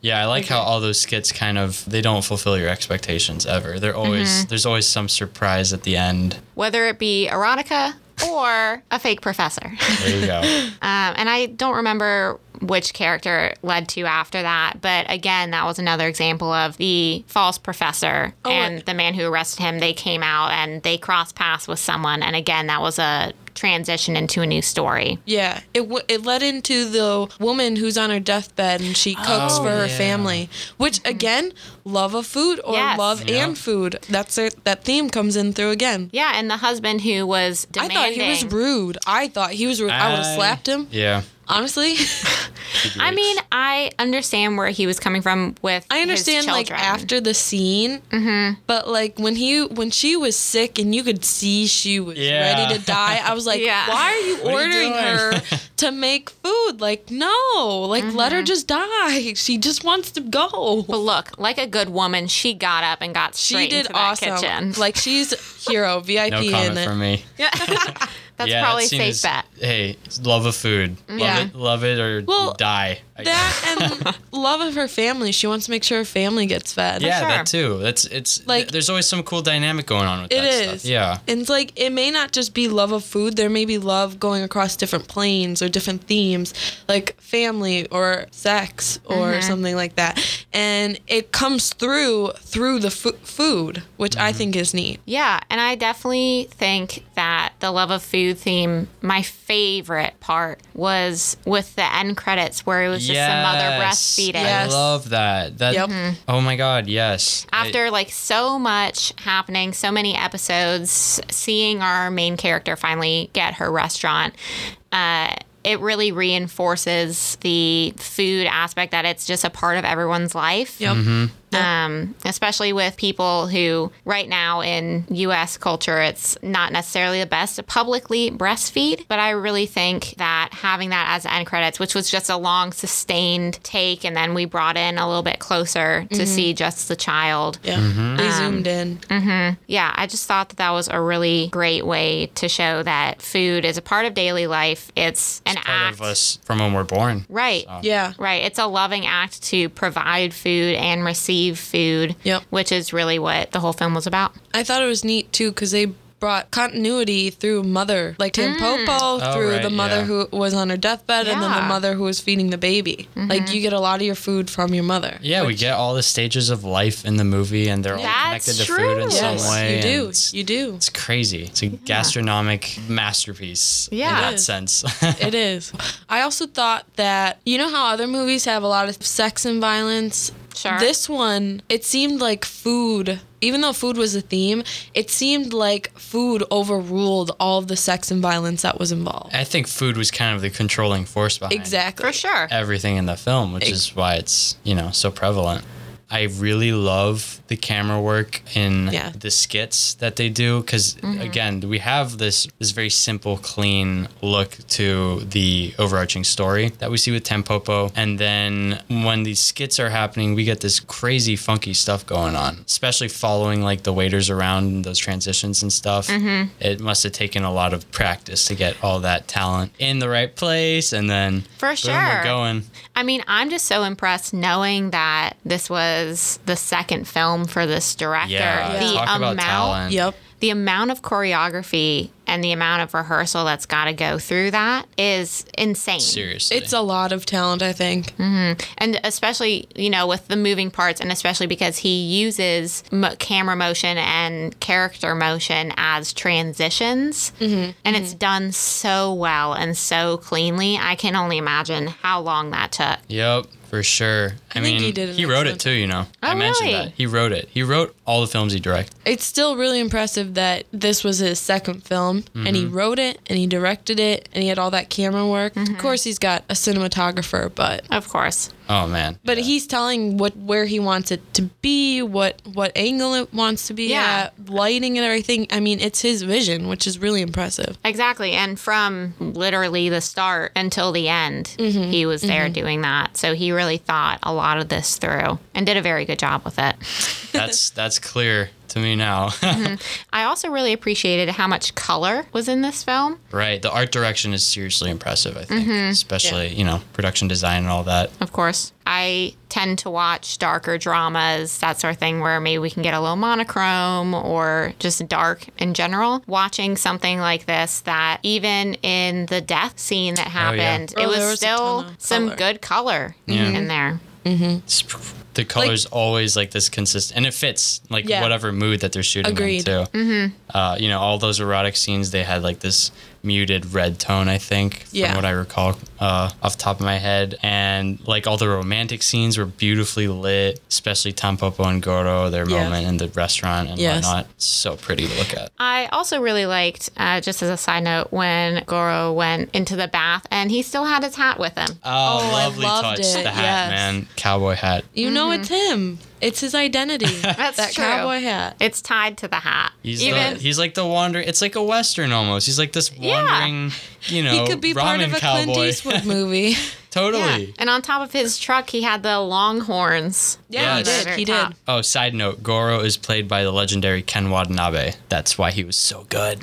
Speaker 3: Yeah, I like how all those skits kind of they don't fulfill your expectations ever. They're always
Speaker 2: Mm-hmm.
Speaker 3: there's always some surprise at the end.
Speaker 2: whether it be erotica or a fake professor.
Speaker 3: There you go.
Speaker 2: Um, and I don't remember which character led to after that, but again, that was another example of the false professor
Speaker 1: Oh,
Speaker 2: and the man who arrested him. They came out and they crossed paths with someone, and again, that was a transition into a new story.
Speaker 1: Yeah, it w- it led into the woman who's on her deathbed and she cooks
Speaker 3: Oh,
Speaker 1: for her
Speaker 3: yeah.
Speaker 1: family, which again, love of food or
Speaker 2: Mm-hmm. Yes.
Speaker 1: love
Speaker 3: Yeah.
Speaker 1: and food. That's it. That theme comes in through again.
Speaker 2: Yeah, and the husband who was demanding.
Speaker 1: I thought he was rude. I thought he was rude. I, would have slapped him.
Speaker 3: Yeah.
Speaker 1: Honestly,
Speaker 2: I mean, I understand where he was coming from with.
Speaker 1: I
Speaker 2: his
Speaker 1: understand like
Speaker 2: children. Mm-hmm.
Speaker 1: after the scene, but like when he when she was sick and you could see she was
Speaker 3: Yeah.
Speaker 1: ready to die. I was like,
Speaker 2: Yeah.
Speaker 1: why are you
Speaker 3: are you
Speaker 1: ordering
Speaker 3: doing?"
Speaker 1: her to make food? Like, no, like let
Speaker 2: Mm-hmm.
Speaker 1: her just die. She just wants to go.
Speaker 2: But look, like a good woman, she got up and got
Speaker 1: She
Speaker 2: straight
Speaker 1: did
Speaker 2: into that
Speaker 1: awesome.
Speaker 2: kitchen.
Speaker 1: Like she's hero VIP
Speaker 3: No
Speaker 1: in
Speaker 3: comment
Speaker 1: it.
Speaker 3: from me.
Speaker 2: That's
Speaker 3: yeah,
Speaker 2: probably
Speaker 3: that
Speaker 2: a
Speaker 3: scene
Speaker 2: safe
Speaker 3: is-
Speaker 2: bet.
Speaker 3: Hey, love of food. Love
Speaker 1: Yeah.
Speaker 3: it love it or
Speaker 1: Well,
Speaker 3: die. I guess.
Speaker 1: That and love of her family. She wants to make sure her family gets fed.
Speaker 3: yeah,
Speaker 2: sure.
Speaker 3: that too. That's it's
Speaker 1: Like-
Speaker 3: like there's always some cool dynamic going on with
Speaker 1: It
Speaker 3: that
Speaker 1: is.
Speaker 3: stuff. Yeah.
Speaker 1: And it's like it may not just be love of food. There may be love going across different planes or different themes, like family or sex or something like that. And it comes through through the fu- food, which I
Speaker 3: Mm-hmm.
Speaker 1: think is neat.
Speaker 2: Yeah, and I definitely think that the love of food theme, my favorite part was with the end credits where it was just
Speaker 3: yes.
Speaker 2: the mother breastfeeding.
Speaker 1: Yes.
Speaker 3: I love that. That
Speaker 1: Yep. Mhm.
Speaker 3: Oh my god, yes. I-
Speaker 2: After like so much happening, so many episodes, seeing our main character finally get her restaurant, uh, it really reinforces the food aspect that it's just a part of everyone's life.
Speaker 1: Yep.
Speaker 2: um, especially with people who right now in U.S. culture, it's not necessarily the best to publicly breastfeed. But I really think that having that as the end credits, which was just a long sustained take, and then we brought in a little bit closer to see just the child.
Speaker 1: Yeah. They zoomed in.
Speaker 2: Yeah, I just thought that that was a really great way to show that food is a part of daily life. It's an
Speaker 3: part
Speaker 2: act,
Speaker 3: of us from when we're born.
Speaker 1: Uh,
Speaker 2: right?
Speaker 1: Yeah.
Speaker 2: Right. It's a loving act to provide food and receive receive food,
Speaker 1: Yep.
Speaker 2: which is really what the whole film was about.
Speaker 1: I thought it was neat too because they brought continuity through mother, like Tampopo,
Speaker 3: Oh,
Speaker 1: through
Speaker 3: right,
Speaker 1: the mother
Speaker 3: yeah.
Speaker 1: who was on her deathbed, and then the
Speaker 2: Yeah.
Speaker 1: mother who was feeding the baby. Like you get a lot of your food from your mother.
Speaker 3: Yeah, we get all the stages of life in the movie, and they're all
Speaker 2: That's
Speaker 3: connected to
Speaker 2: true.
Speaker 3: food in
Speaker 1: Yes,
Speaker 3: some way.
Speaker 1: you
Speaker 3: and
Speaker 1: do.
Speaker 3: It's,
Speaker 1: You do.
Speaker 3: it's crazy. It's a gastronomic masterpiece
Speaker 2: Yeah.
Speaker 3: in
Speaker 2: It
Speaker 3: that
Speaker 1: is.
Speaker 3: sense.
Speaker 1: It is. I also thought that you know how other movies have a lot of sex and violence.
Speaker 2: Sure.
Speaker 1: This one, it seemed like food. Even though food was a theme, it seemed like food overruled all of the sex and violence that was involved.
Speaker 3: I think food was kind of the controlling force behind
Speaker 1: Exactly.
Speaker 2: For sure.
Speaker 3: everything in the film, which is why it's you know so prevalent. I really love the camera work in
Speaker 1: Yeah.
Speaker 3: the skits that they do because again, we have this this very simple, clean look to the overarching story that we see with Tempopo, and then when these skits are happening, we get this crazy, funky stuff going on. Especially following like the waiters around and those transitions and stuff. It must have taken a lot of practice to get all that talent in the right place, and then
Speaker 2: For
Speaker 3: boom,
Speaker 2: sure.
Speaker 3: we're going.
Speaker 2: I mean, I'm just so impressed knowing that this was the second film for this director.
Speaker 3: Yeah,
Speaker 2: The
Speaker 3: talk about talent.
Speaker 1: Yep.
Speaker 2: the amount of choreography and the amount of rehearsal that's got to go through that is insane.
Speaker 3: Seriously.
Speaker 1: It's a lot of talent, I think.
Speaker 2: Mm-hmm. And especially, you know, with the moving parts, and especially because he uses mo- camera motion and character motion as transitions. Mm-hmm. And it's done so well and so cleanly. I can only imagine how long that took.
Speaker 3: Yep, for sure. I,
Speaker 1: think
Speaker 3: mean,
Speaker 1: he did an
Speaker 3: wrote it
Speaker 1: excellent-
Speaker 3: too, you know. I
Speaker 2: Oh,
Speaker 3: mentioned
Speaker 2: really?
Speaker 3: that. He wrote it. He wrote all the films he directed.
Speaker 1: It's still really impressive that this was his second film and
Speaker 2: Mm-hmm.
Speaker 1: he wrote it and he directed it and he had all that camera work.
Speaker 2: Mm-hmm.
Speaker 1: Of course, he's got a cinematographer, but
Speaker 2: Of course.
Speaker 3: Oh man.
Speaker 1: but
Speaker 3: Yeah.
Speaker 1: he's telling what where he wants it to be, what what angle it wants to be
Speaker 2: Yeah.
Speaker 1: at, lighting and everything. I mean, it's his vision, which is really impressive.
Speaker 2: Exactly. And from literally the start until the end, he was there doing that. So he really thought a lot of this through and did a very good job with it.
Speaker 3: that's that's clear to me now.
Speaker 2: I also really appreciated how much color was in this film.
Speaker 3: right. The art direction is seriously impressive, I think. Especially, you know, production design and all that.
Speaker 2: Of course, I tend to watch darker dramas, that sort of thing, where maybe we can get a little monochrome or just dark in general. Watching something like this, that even in the death scene that
Speaker 3: yeah.
Speaker 2: happened,
Speaker 1: Oh, there
Speaker 2: it was,
Speaker 1: was a
Speaker 2: still
Speaker 1: ton of
Speaker 2: some
Speaker 1: color.
Speaker 2: good color in there.
Speaker 3: It's- the color's always like this consistent and it fits like
Speaker 1: Yeah.
Speaker 3: whatever mood that they're shooting
Speaker 1: Agreed. Mm-hmm.
Speaker 3: in too. Uh, you know, all those erotic scenes they had like this muted red tone, I think, from
Speaker 1: Yeah.
Speaker 3: what I recall uh, off the top of my head. And like all the romantic scenes were beautifully lit, especially Tampopo and Goro, their
Speaker 1: Yeah.
Speaker 3: moment in the restaurant and
Speaker 1: Yes.
Speaker 3: whatnot. So pretty to look at.
Speaker 2: I also really liked, uh, just as a side note, when Goro went into the bath and he still had his hat with him.
Speaker 3: Oh,
Speaker 1: I
Speaker 3: lovely
Speaker 1: loved
Speaker 3: touch.
Speaker 1: it,
Speaker 3: The hat,
Speaker 1: yes.
Speaker 3: man. Cowboy hat.
Speaker 1: You know, it's him. It's his identity.
Speaker 2: Mm-hmm. That's
Speaker 1: that
Speaker 2: true.
Speaker 1: cowboy hat.
Speaker 2: It's tied to the hat.
Speaker 3: He's,
Speaker 2: Even
Speaker 3: the, he's like the wandering. It's like a western almost. He's like this wandering, you know,
Speaker 1: he could be
Speaker 3: Oh, ramen
Speaker 1: part of a
Speaker 3: cowboy.
Speaker 1: Clint Eastwood movie.
Speaker 3: Totally.
Speaker 2: Yeah. And on top of his truck, he had the Longhorns.
Speaker 1: yeah,
Speaker 3: Yes.
Speaker 1: he did. He did.
Speaker 2: Top.
Speaker 3: Oh, side note, Goro is played by the legendary Ken Watanabe. That's why he was so good.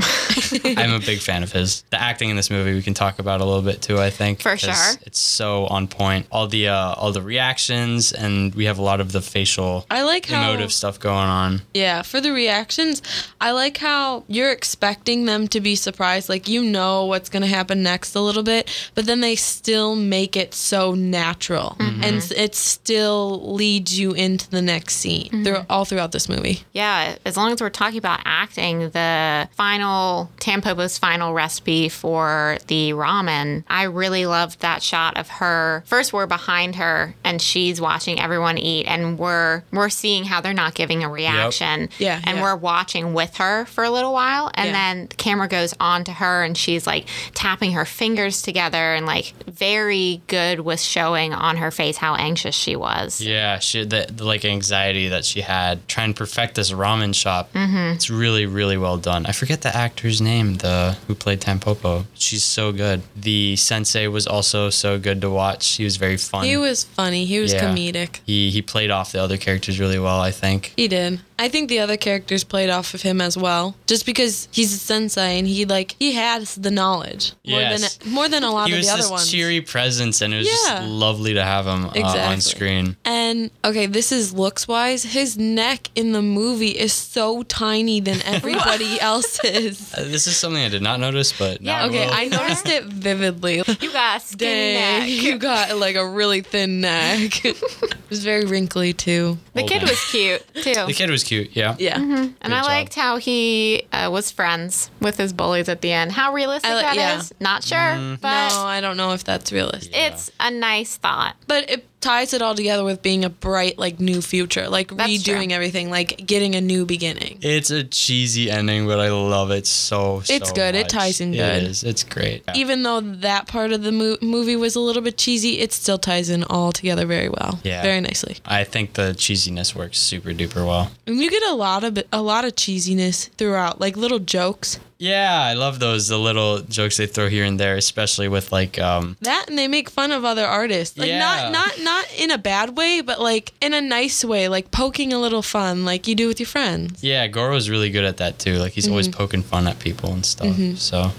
Speaker 3: I'm a big fan of his. The acting in this movie we can talk about a little bit too, I think.
Speaker 2: For
Speaker 3: 'cause
Speaker 2: sure.
Speaker 3: It's so on point. All the uh, all the reactions and we have a lot of the facial
Speaker 1: I like how
Speaker 3: emotive stuff going on.
Speaker 1: Yeah, for the reactions, I like how you're expecting them to be surprised. Like, you know what's going to happen next a little bit, but then they still make it so natural. And s- it still leads you into the next scene through, all throughout this movie.
Speaker 2: Yeah, as long as we're talking about acting, the final Tampopo's final recipe for the ramen, I really loved that shot of her. First, we're behind her and she's watching everyone eat, and we're we're seeing how they're not giving a reaction.
Speaker 1: Yeah,
Speaker 2: and
Speaker 1: yeah.
Speaker 2: we're watching with her for a little while, and
Speaker 1: Yeah.
Speaker 2: then the camera goes on to her, and she's like tapping her fingers together, and like very good with showing on her face how anxious she was.
Speaker 3: Yeah, she the, the like anxiety that she had trying to perfect this ramen shop. Mm-hmm. It's really really well done. I forget the actor's name, the who played Tampopo. She's so good. The sensei was also so good to watch. He was very fun.
Speaker 1: He was funny, he was
Speaker 3: Yeah.
Speaker 1: comedic.
Speaker 3: He he played off the other characters really well, I think.
Speaker 1: He did. I think the other characters played off of him as well, just because he's a sensei and he like he has the knowledge more
Speaker 3: Yes.
Speaker 1: than more than a lot
Speaker 3: He
Speaker 1: of
Speaker 3: was
Speaker 1: the other
Speaker 3: this
Speaker 1: ones.
Speaker 3: cheery presence, and it was
Speaker 1: Yeah.
Speaker 3: just lovely to have him uh,
Speaker 1: Exactly.
Speaker 3: on screen.
Speaker 1: And okay, this is looks wise. His neck in the movie is so tiny than everybody else's.
Speaker 3: Uh, This is something I did not notice, but
Speaker 2: Yeah,
Speaker 3: now
Speaker 1: Okay,
Speaker 3: will.
Speaker 1: I noticed it vividly.
Speaker 2: You got a skinny
Speaker 1: Dang,
Speaker 2: neck.
Speaker 1: you got like a really thin neck. it was very wrinkly too.
Speaker 2: The
Speaker 3: Old
Speaker 2: kid
Speaker 3: man.
Speaker 2: was cute too.
Speaker 3: The kid was cute. Yeah.
Speaker 1: Yeah.
Speaker 2: And
Speaker 3: Good
Speaker 2: I
Speaker 3: job.
Speaker 2: liked how he uh, was friends with his bullies at the end. How realistic
Speaker 1: I
Speaker 2: that
Speaker 1: li-
Speaker 2: is,
Speaker 1: yeah.
Speaker 2: not sure,
Speaker 1: No,
Speaker 2: but
Speaker 1: I don't know if that's realistic.
Speaker 2: it's a nice thought.
Speaker 1: But it ties it all together with being a bright, like new future, like
Speaker 2: That's
Speaker 1: redoing
Speaker 2: true.
Speaker 1: everything, like getting a new beginning.
Speaker 3: It's a cheesy ending, but I love it so.
Speaker 1: It's
Speaker 3: so
Speaker 1: good. It
Speaker 3: much.
Speaker 1: ties in
Speaker 3: Yeah,
Speaker 1: good.
Speaker 3: It is. It's great. Yeah.
Speaker 1: Even though that part of the mo- movie was a little bit cheesy, it still ties in all together very well.
Speaker 3: Yeah.
Speaker 1: Very nicely.
Speaker 3: I think the cheesiness works super duper well.
Speaker 1: And you get a lot of a lot of cheesiness throughout, like little jokes.
Speaker 3: Yeah, I love those the little jokes they throw here and there, especially with like um
Speaker 1: That and they make fun of other artists. Like
Speaker 3: Yeah.
Speaker 1: not not not in a bad way, but like in a nice way, like poking a little fun like you do with your friends.
Speaker 3: yeah, Goro's really good at that too. Like he's always
Speaker 1: Mm-hmm.
Speaker 3: poking fun at people and stuff. So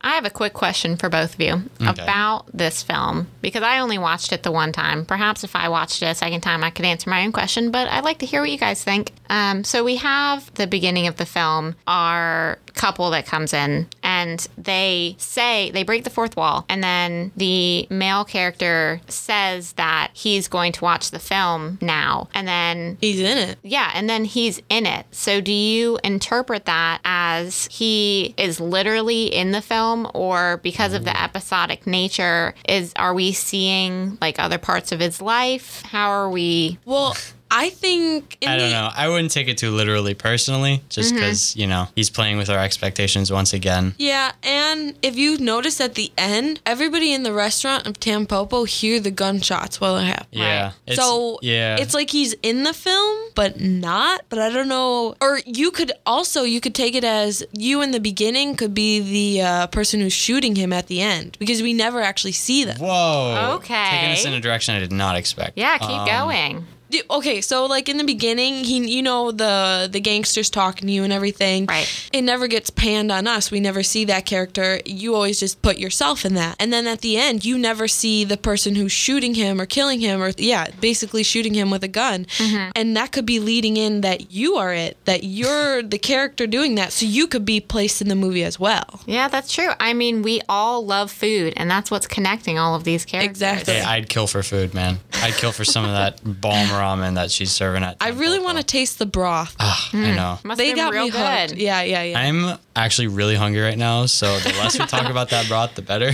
Speaker 2: I have a quick question for both of you about this film because I only watched it the one time. Perhaps if I watched it a second time, I could answer my own question, but I'd like to hear what you guys think. Um, so we have the beginning of the film, our couple that comes in, and they say they break the fourth wall, and then the male character says that he's going to watch the film now, and then
Speaker 1: He's in it.
Speaker 2: yeah, and then he's in it. So do you interpret that as he is literally in the film or because of
Speaker 1: Mm.
Speaker 2: the episodic nature is are we seeing like other parts of his life? How are we
Speaker 1: Well, I think in
Speaker 3: I don't
Speaker 1: the
Speaker 3: know. I wouldn't take it too literally personally, just
Speaker 1: Mm-hmm.
Speaker 3: because you know he's playing with our expectations once again.
Speaker 1: Yeah, and if you notice at the end, everybody in the restaurant of Tampopo hear the gunshots while it happens.
Speaker 3: Yeah.
Speaker 2: Right.
Speaker 3: It's,
Speaker 1: so
Speaker 3: yeah,
Speaker 1: it's like he's in the film, but not. But I don't know. Or you could also you could take it as you in the beginning could be the uh, person who's shooting him at the end because we never actually see them.
Speaker 3: whoa. Taking
Speaker 2: Okay.
Speaker 3: us in a direction I did not expect.
Speaker 2: Yeah, keep
Speaker 3: Um,
Speaker 2: going.
Speaker 1: Do- okay so like in the beginning he you know the the gangsters talking to you and everything
Speaker 2: Right.
Speaker 1: it never gets panned on us we never see that character you always just put yourself in that and then at the end you never see the person who's shooting him or killing him or yeah basically shooting him with a gun
Speaker 2: Mm-hmm.
Speaker 1: and that could be leading in that you are it that you're the character doing that so you could be placed in the movie as well
Speaker 2: Yeah, that's true. I mean, we all love food and that's what's connecting all of these characters.
Speaker 1: Exactly.
Speaker 3: Hey, I'd kill for food, man. I'd kill for some of that balm ramen that she's serving at.
Speaker 1: i really Mm.
Speaker 3: Tampopo.
Speaker 1: want to taste the broth
Speaker 3: Ah, I know.
Speaker 2: Must
Speaker 1: they
Speaker 2: have been
Speaker 1: got
Speaker 2: real
Speaker 1: me
Speaker 2: good.
Speaker 1: hooked yeah yeah yeah
Speaker 3: I'm actually really hungry right now, so the less we talk about that broth, the better.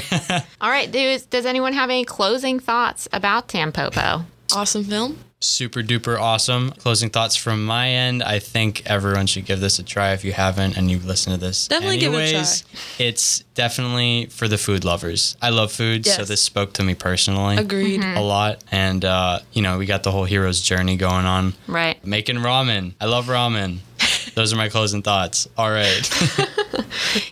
Speaker 2: All right, dudes, does anyone have any closing thoughts about Tampopo?
Speaker 1: awesome film
Speaker 3: Super duper awesome. Closing thoughts from my end. I think everyone should give this a try if you haven't and you've listened to this.
Speaker 1: Definitely give it a
Speaker 3: anyways. It's definitely for the food lovers. I love food, so
Speaker 1: Yes.
Speaker 3: this spoke to me personally
Speaker 2: Mm-hmm.
Speaker 1: agreed
Speaker 3: a lot. And, uh, you know, we got the whole hero's journey going on.
Speaker 2: Right.
Speaker 3: Making ramen. I love ramen. Those are my closing thoughts. All right.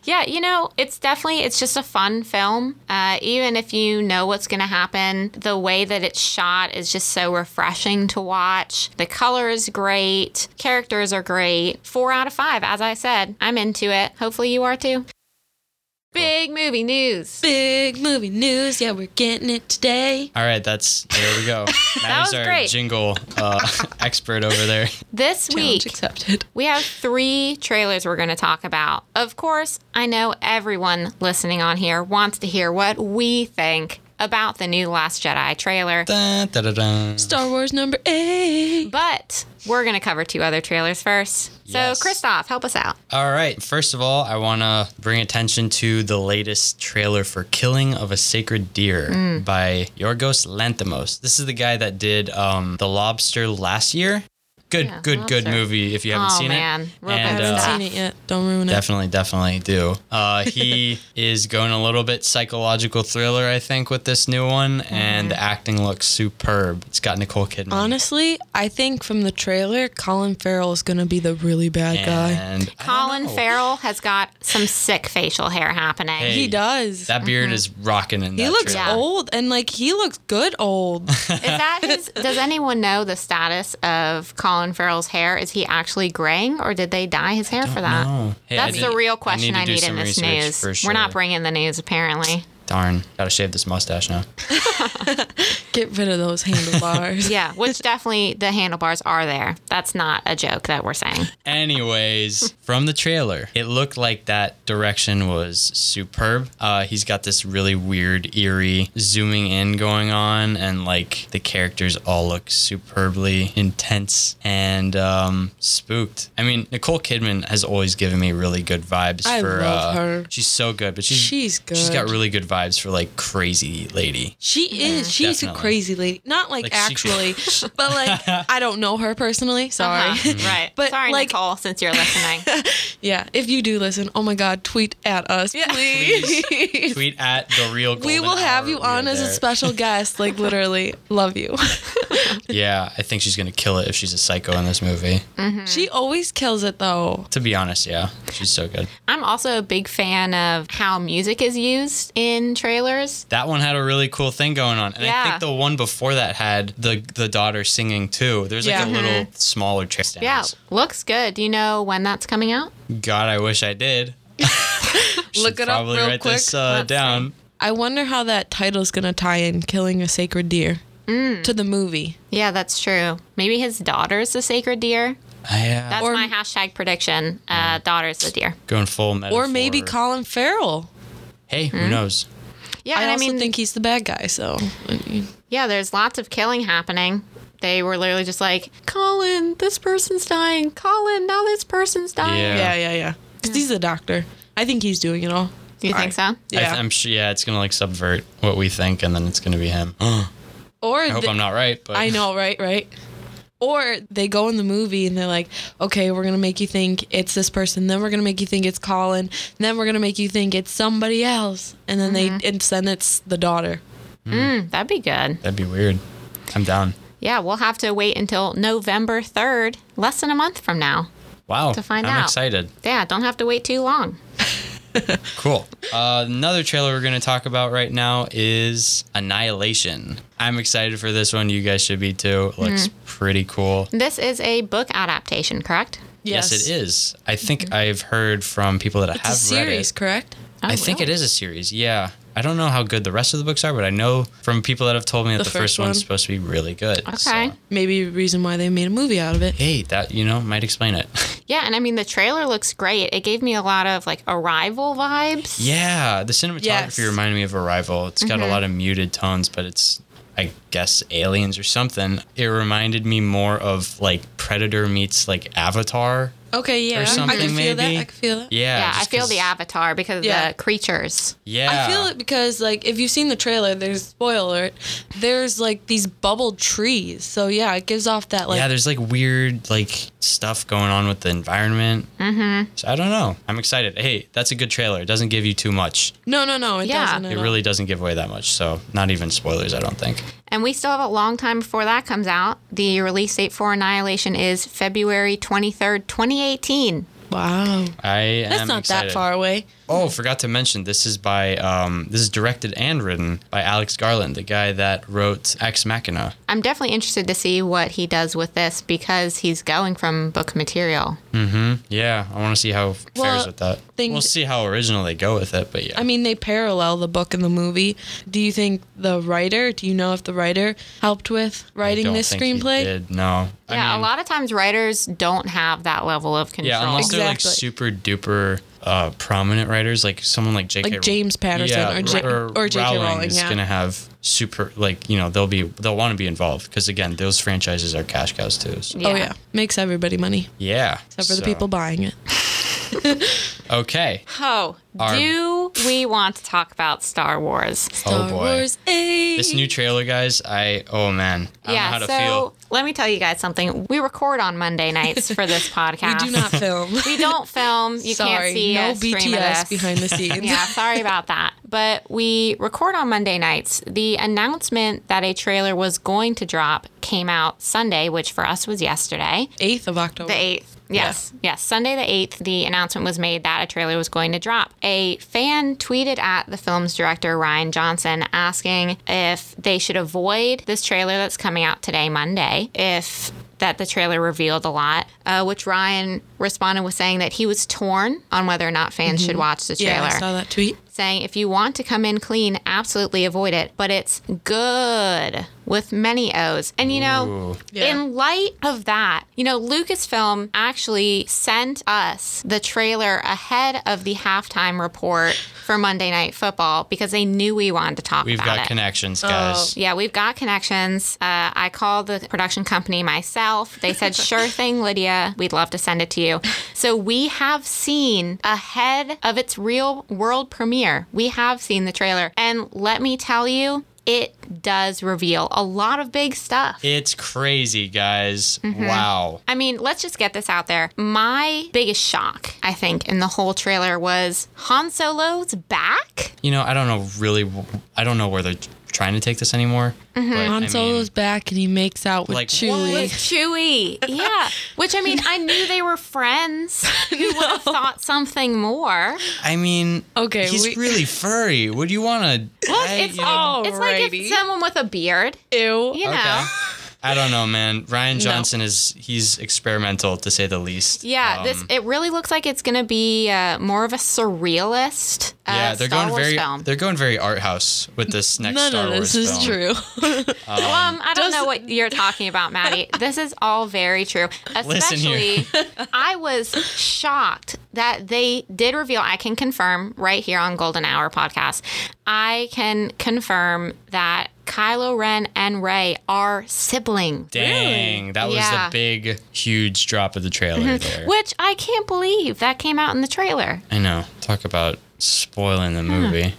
Speaker 2: Yeah, you know, it's definitely it's just a fun film. Uh, even if you know what's going to happen, the way that it's shot is just so refreshing to watch. The color is great, characters are great. Four out of five, as I said, I'm into it. Hopefully, you are too. Big movie news.
Speaker 1: Big movie news. Yeah, we're getting it today.
Speaker 3: All right. That's there we go. Maddie's
Speaker 2: was
Speaker 3: our
Speaker 2: great.
Speaker 3: jingle uh, expert over there.
Speaker 2: This
Speaker 1: Challenge
Speaker 2: week,
Speaker 1: accepted.
Speaker 2: We have three trailers we're going to talk about. Of course, I know everyone listening on here wants to hear what we think about the new Last Jedi trailer,
Speaker 3: Dun, dun, dun, dun.
Speaker 1: Star Wars number eight.
Speaker 2: but we're going to cover two other trailers first.
Speaker 3: Yes.
Speaker 2: So, Christoph, help us out.
Speaker 3: All right. First of all, I want to bring attention to the latest trailer for Killing of a Sacred Deer
Speaker 2: Mm.
Speaker 3: by Yorgos Lanthimos. This is the guy that did um, The Lobster last year. Good,
Speaker 2: Yeah,
Speaker 3: good, good
Speaker 2: Lobster.
Speaker 3: movie if you haven't
Speaker 2: Oh,
Speaker 3: seen
Speaker 2: man.
Speaker 3: it.
Speaker 2: Real good
Speaker 3: And,
Speaker 1: I haven't
Speaker 3: uh,
Speaker 2: stuff.
Speaker 1: seen it yet. Don't ruin it.
Speaker 3: Definitely, definitely do. Uh, he is going a little bit psychological thriller, I think, with this new one, and the acting looks superb. It's got Nicole Kidman.
Speaker 1: Honestly, I think from the trailer, Colin Farrell is gonna be the really bad guy.
Speaker 3: and I don't
Speaker 2: Colin
Speaker 3: know.
Speaker 2: Farrell has got some sick facial hair happening.
Speaker 3: Hey.
Speaker 1: He does.
Speaker 3: That beard
Speaker 2: Mm-hmm.
Speaker 3: is rocking in that.
Speaker 1: he looks
Speaker 3: trailer.
Speaker 2: Yeah.
Speaker 1: old, and like he looks good old.
Speaker 2: Is that his? does anyone know the status of Colin Colin Farrell's hair? Is he actually graying, or did they dye his hair for that?
Speaker 3: know. Oh. Hey, I
Speaker 2: That's
Speaker 3: did-
Speaker 2: the real
Speaker 3: I need
Speaker 2: question
Speaker 3: to
Speaker 2: I
Speaker 3: do
Speaker 2: need in
Speaker 3: some
Speaker 2: this
Speaker 3: research
Speaker 2: news.
Speaker 3: for
Speaker 2: We're not
Speaker 3: sure.
Speaker 2: bringing the news, apparently.
Speaker 3: Darn, gotta shave this mustache now.
Speaker 1: Get rid of those handlebars.
Speaker 2: Yeah, which definitely the handlebars are there. That's not a joke that we're saying.
Speaker 3: Anyways, from the trailer, it looked like that direction was superb. Uh, he's got this really weird, eerie zooming in going on, and like the characters all look superbly intense and um, spooked. I mean, Nicole Kidman has always given me really good vibes
Speaker 1: I
Speaker 3: for.
Speaker 1: love
Speaker 3: uh,
Speaker 1: her.
Speaker 3: She's so good, but she's
Speaker 1: She's
Speaker 3: She's got
Speaker 1: good.
Speaker 3: really good vibes for like crazy lady.
Speaker 1: She is. She's
Speaker 3: Definitely.
Speaker 1: a crazy lady. Not like,
Speaker 3: Like, she-
Speaker 1: actually, but like I don't know her personally. Sorry.
Speaker 2: Uh-huh. right.
Speaker 1: But,
Speaker 2: Sorry,
Speaker 1: like-
Speaker 2: Nicole, since you're listening.
Speaker 1: Yeah. If you do listen, oh my God, tweet at us, please.
Speaker 3: Tweet at the real.
Speaker 1: we
Speaker 3: Golden
Speaker 1: will have
Speaker 3: Hour.
Speaker 1: you
Speaker 3: We
Speaker 1: on
Speaker 3: are
Speaker 1: as a
Speaker 3: there.
Speaker 1: special guest. Like literally, love you.
Speaker 2: Mm-hmm.
Speaker 3: Yeah, I think she's gonna kill it if she's a psycho in this movie.
Speaker 1: she always kills it though.
Speaker 3: To be honest, yeah, she's so good.
Speaker 2: I'm also a big fan of how music is used in trailers.
Speaker 3: That one had a really cool thing going on, and I
Speaker 2: Yeah.
Speaker 3: think the one before that had the the daughter singing too. There's like
Speaker 1: Yeah.
Speaker 3: a
Speaker 1: Mhm.
Speaker 3: little smaller chick. dance.
Speaker 2: Yeah, looks good. Do you know when that's coming out?
Speaker 3: God, I wish I did. Should
Speaker 1: Look it up
Speaker 3: probably
Speaker 1: real
Speaker 3: write
Speaker 1: quick.
Speaker 3: This, uh,
Speaker 2: Let's
Speaker 3: down.
Speaker 1: I wonder how that title's gonna tie in "Killing a Sacred Deer"
Speaker 2: Mm.
Speaker 1: to the movie.
Speaker 2: Yeah, that's true. Maybe his daughter's the sacred deer.
Speaker 3: I, uh,
Speaker 2: That's
Speaker 1: Or-
Speaker 2: my hashtag prediction. Uh, daughter's the deer.
Speaker 3: going full metaphor.
Speaker 1: Or maybe Hmm? Colin Farrell.
Speaker 3: Hey, who knows?
Speaker 2: Yeah,
Speaker 1: I
Speaker 2: and I,
Speaker 1: also
Speaker 2: mean,
Speaker 1: think he's the bad guy. So
Speaker 2: yeah, there's lots of killing happening. They were literally just like, Colin, this person's dying. Colin, now this person's dying.
Speaker 3: Yeah.
Speaker 1: yeah, yeah, yeah. Because he's a doctor. I think he's doing it all.
Speaker 2: You think so?
Speaker 3: I
Speaker 1: Yeah.
Speaker 3: th- I'm sure. Yeah, it's gonna like subvert what we think, and then it's gonna be him. I
Speaker 1: or
Speaker 3: hope
Speaker 1: the-
Speaker 3: I'm not right, but
Speaker 1: I know, right? Right. Or they go in the movie and they're like, okay, we're going to make you think it's this person. Then we're going to make you think it's Colin. Then we're going to make you think it's somebody else. And then
Speaker 3: Mm-hmm.
Speaker 1: they, and then it's the daughter.
Speaker 2: Mm, that'd be good.
Speaker 3: that'd be weird. I'm down.
Speaker 2: Yeah, we'll have to wait until November 3rd, less than a month from now.
Speaker 3: Wow,
Speaker 2: To find
Speaker 3: I'm
Speaker 2: out.
Speaker 3: excited.
Speaker 2: Yeah, don't have to wait too long.
Speaker 3: Cool. Uh, another trailer we're going to talk about right now is Annihilation. I'm excited for this one. You guys should be too. It looks pretty cool.
Speaker 2: This is a book adaptation, correct?
Speaker 3: Yes. it is. I think I've heard from people that
Speaker 1: It's
Speaker 3: have
Speaker 1: a series,
Speaker 3: read it.
Speaker 1: correct?
Speaker 2: Oh,
Speaker 3: I think
Speaker 2: really?
Speaker 3: it is a series. Yeah. I don't know how good the rest of the books are, but I know from people that have told me that the, first,
Speaker 1: first
Speaker 3: one's
Speaker 1: one.
Speaker 3: supposed to be really good. so-
Speaker 2: Okay.
Speaker 1: Maybe the reason why they made a movie out of it.
Speaker 3: Hey, that you know might explain it.
Speaker 2: Yeah, and I mean the trailer looks great. It gave me a lot of like arrival vibes.
Speaker 3: yeah, the cinematography
Speaker 1: Yes. Mm-hmm.
Speaker 3: reminded me of Arrival. It's got a lot of muted tones, but it's I guess aliens or something. It reminded me more of like Predator meets like Avatar.
Speaker 1: Okay, yeah.
Speaker 3: Or
Speaker 1: I
Speaker 3: something,
Speaker 1: can feel that.
Speaker 3: maybe?
Speaker 1: I can feel that.
Speaker 3: Yeah,
Speaker 2: Yeah, I
Speaker 3: just
Speaker 2: feel
Speaker 3: 'cause-
Speaker 2: the avatar because of
Speaker 1: Yeah.
Speaker 2: the creatures.
Speaker 3: Yeah,
Speaker 1: I feel it because, like, if you've seen the trailer, there's spoiler. alert, There's like these bubble trees, so yeah, it gives off that like
Speaker 3: yeah, there's like weird like stuff going on with the environment. Mm-hmm. So I don't know. I'm excited. Hey, that's a good trailer. It doesn't give you too much.
Speaker 1: no, no, no. It
Speaker 2: Yeah.
Speaker 1: doesn't. at
Speaker 3: It
Speaker 1: all.
Speaker 3: really doesn't give away that much. So not even spoilers. I don't think.
Speaker 2: And we still have a long time before that comes out. The release date for Annihilation is February 23rd, 2018.
Speaker 1: Wow,
Speaker 3: I
Speaker 1: that's
Speaker 3: am
Speaker 1: not
Speaker 3: excited.
Speaker 1: that far away.
Speaker 3: Oh, forgot to mention this is by um, this is directed and written by Alex Garland, the guy that wrote Ex Machina.
Speaker 2: I'm definitely interested to see what he does with this because he's going from book material.
Speaker 3: Yeah, I want to see how it fares
Speaker 1: Well,
Speaker 3: with that.
Speaker 1: thing-
Speaker 3: we'll see how original they go with it, but yeah.
Speaker 1: I mean, they parallel the book and the movie. Do you think the writer? Do you know if the writer helped with
Speaker 3: I
Speaker 1: writing
Speaker 3: don't
Speaker 1: this
Speaker 3: think he
Speaker 1: screenplay?
Speaker 3: did, no. I
Speaker 2: Yeah,
Speaker 3: mean,
Speaker 2: a lot of times writers don't have that level of control.
Speaker 3: Yeah, unless they're like super
Speaker 1: Exactly.
Speaker 3: duper uh, prominent writers, like someone like J.K.
Speaker 1: Like James Patterson
Speaker 3: yeah,
Speaker 1: or J- or J.K.
Speaker 3: Rowling
Speaker 1: Rowling,
Speaker 3: is
Speaker 1: yeah.
Speaker 3: gonna have super like you know they'll be they'll want to be involved because again those franchises are cash cows too. So,
Speaker 1: Oh yeah, makes everybody money
Speaker 3: yeah,
Speaker 1: except for the
Speaker 3: so-
Speaker 1: people buying it.
Speaker 3: Okay,
Speaker 2: Oh,
Speaker 3: Our-
Speaker 2: do we want to talk about Star Wars?
Speaker 3: oh
Speaker 1: Star
Speaker 3: boy.
Speaker 1: Wars 8.
Speaker 3: This new trailer, guys, I oh man, I
Speaker 2: yeah,
Speaker 3: don't know
Speaker 2: so
Speaker 3: how to feel.
Speaker 2: let me tell you guys something. We record on Monday nights for this
Speaker 1: we
Speaker 2: podcast.
Speaker 1: do not film.
Speaker 2: We don't film. You
Speaker 1: Sorry,
Speaker 2: can't see
Speaker 1: no
Speaker 2: a stream of
Speaker 1: BTS
Speaker 2: this.
Speaker 1: behind the scenes.
Speaker 2: yeah, sorry about that. But we record on Monday nights. The announcement that a trailer was going to drop came out Sunday, which for us was yesterday.
Speaker 1: 8th of October.
Speaker 2: The 8th. Yes. Yes. Sunday the 8th, the announcement was made that a trailer was going to drop. A fan tweeted at the film's director, Ryan Johnson, asking if they should avoid this trailer that's coming out today, Monday, if that the trailer revealed a lot, uh, which Ryan responded with saying that he was torn on whether or not fans should watch the trailer
Speaker 1: Yeah, I saw that tweet.
Speaker 2: saying if you want to come in clean, absolutely avoid it, but it's good with many O's. And you know,
Speaker 3: Ooh.
Speaker 1: Yeah.
Speaker 2: in light of that, you know, Lucasfilm actually sent us the trailer ahead of the halftime report for Monday Night Football because they knew we wanted to talk
Speaker 3: We've
Speaker 2: about
Speaker 3: got
Speaker 2: it.
Speaker 1: Oh.
Speaker 3: connections, guys.
Speaker 2: Yeah, we've got connections. Uh, I called the production company myself. They said, sure thing, Lydia. We'd love to send it to you. So we have seen ahead of its real world premiere, we have seen the trailer. And let me tell you, it does reveal a lot of big stuff.
Speaker 3: It's crazy, guys.
Speaker 2: Mm-hmm.
Speaker 3: Wow.
Speaker 2: I mean, let's just get this out there. My biggest shock, I think, in the whole trailer was Han Solo's back.
Speaker 3: You know, I don't know really. I don't know where they're trying to take this anymore.
Speaker 2: Mm-hmm.
Speaker 3: but, I
Speaker 1: Han
Speaker 3: mean,
Speaker 1: Solo's back and he makes out with
Speaker 3: Like,
Speaker 2: with
Speaker 1: Chewie.
Speaker 2: Chewy. Yeah. Which I mean, I knew they were friends. Who would have thought something more?
Speaker 3: I mean,
Speaker 1: Okay,
Speaker 3: he's
Speaker 1: we-
Speaker 3: really furry. Would you want to?
Speaker 2: Look, it's like it's like
Speaker 1: Alrighty.
Speaker 2: if someone with a beard,
Speaker 1: Ew.
Speaker 2: you know.
Speaker 3: Okay. I don't know, man. Ryan Johnson is he's experimental to say the least.
Speaker 2: Yeah,
Speaker 3: Um,
Speaker 2: this it really looks like it's gonna be uh, more of a surrealist. Uh,
Speaker 3: Yeah, they're
Speaker 2: Star
Speaker 3: going
Speaker 2: Wars
Speaker 3: very
Speaker 2: film.
Speaker 3: they're going very art house with this next
Speaker 1: None
Speaker 3: Star
Speaker 1: of
Speaker 3: Wars
Speaker 1: this is
Speaker 3: film.
Speaker 1: true.
Speaker 2: Well, um, I don't
Speaker 1: Does-
Speaker 2: know what you're talking about, Maddie. this is all very true.
Speaker 3: Listen
Speaker 2: Especially,
Speaker 3: here.
Speaker 2: I was shocked that they did reveal. I can confirm right here on Golden Hour podcast. I can confirm that Kylo Ren and Rey are siblings.
Speaker 3: Dang, that was
Speaker 2: Yeah. Mm-hmm.
Speaker 3: a big, huge drop of the trailer there.
Speaker 2: Which I can't believe that came out in the trailer.
Speaker 3: I know. Talk about spoiling the movie.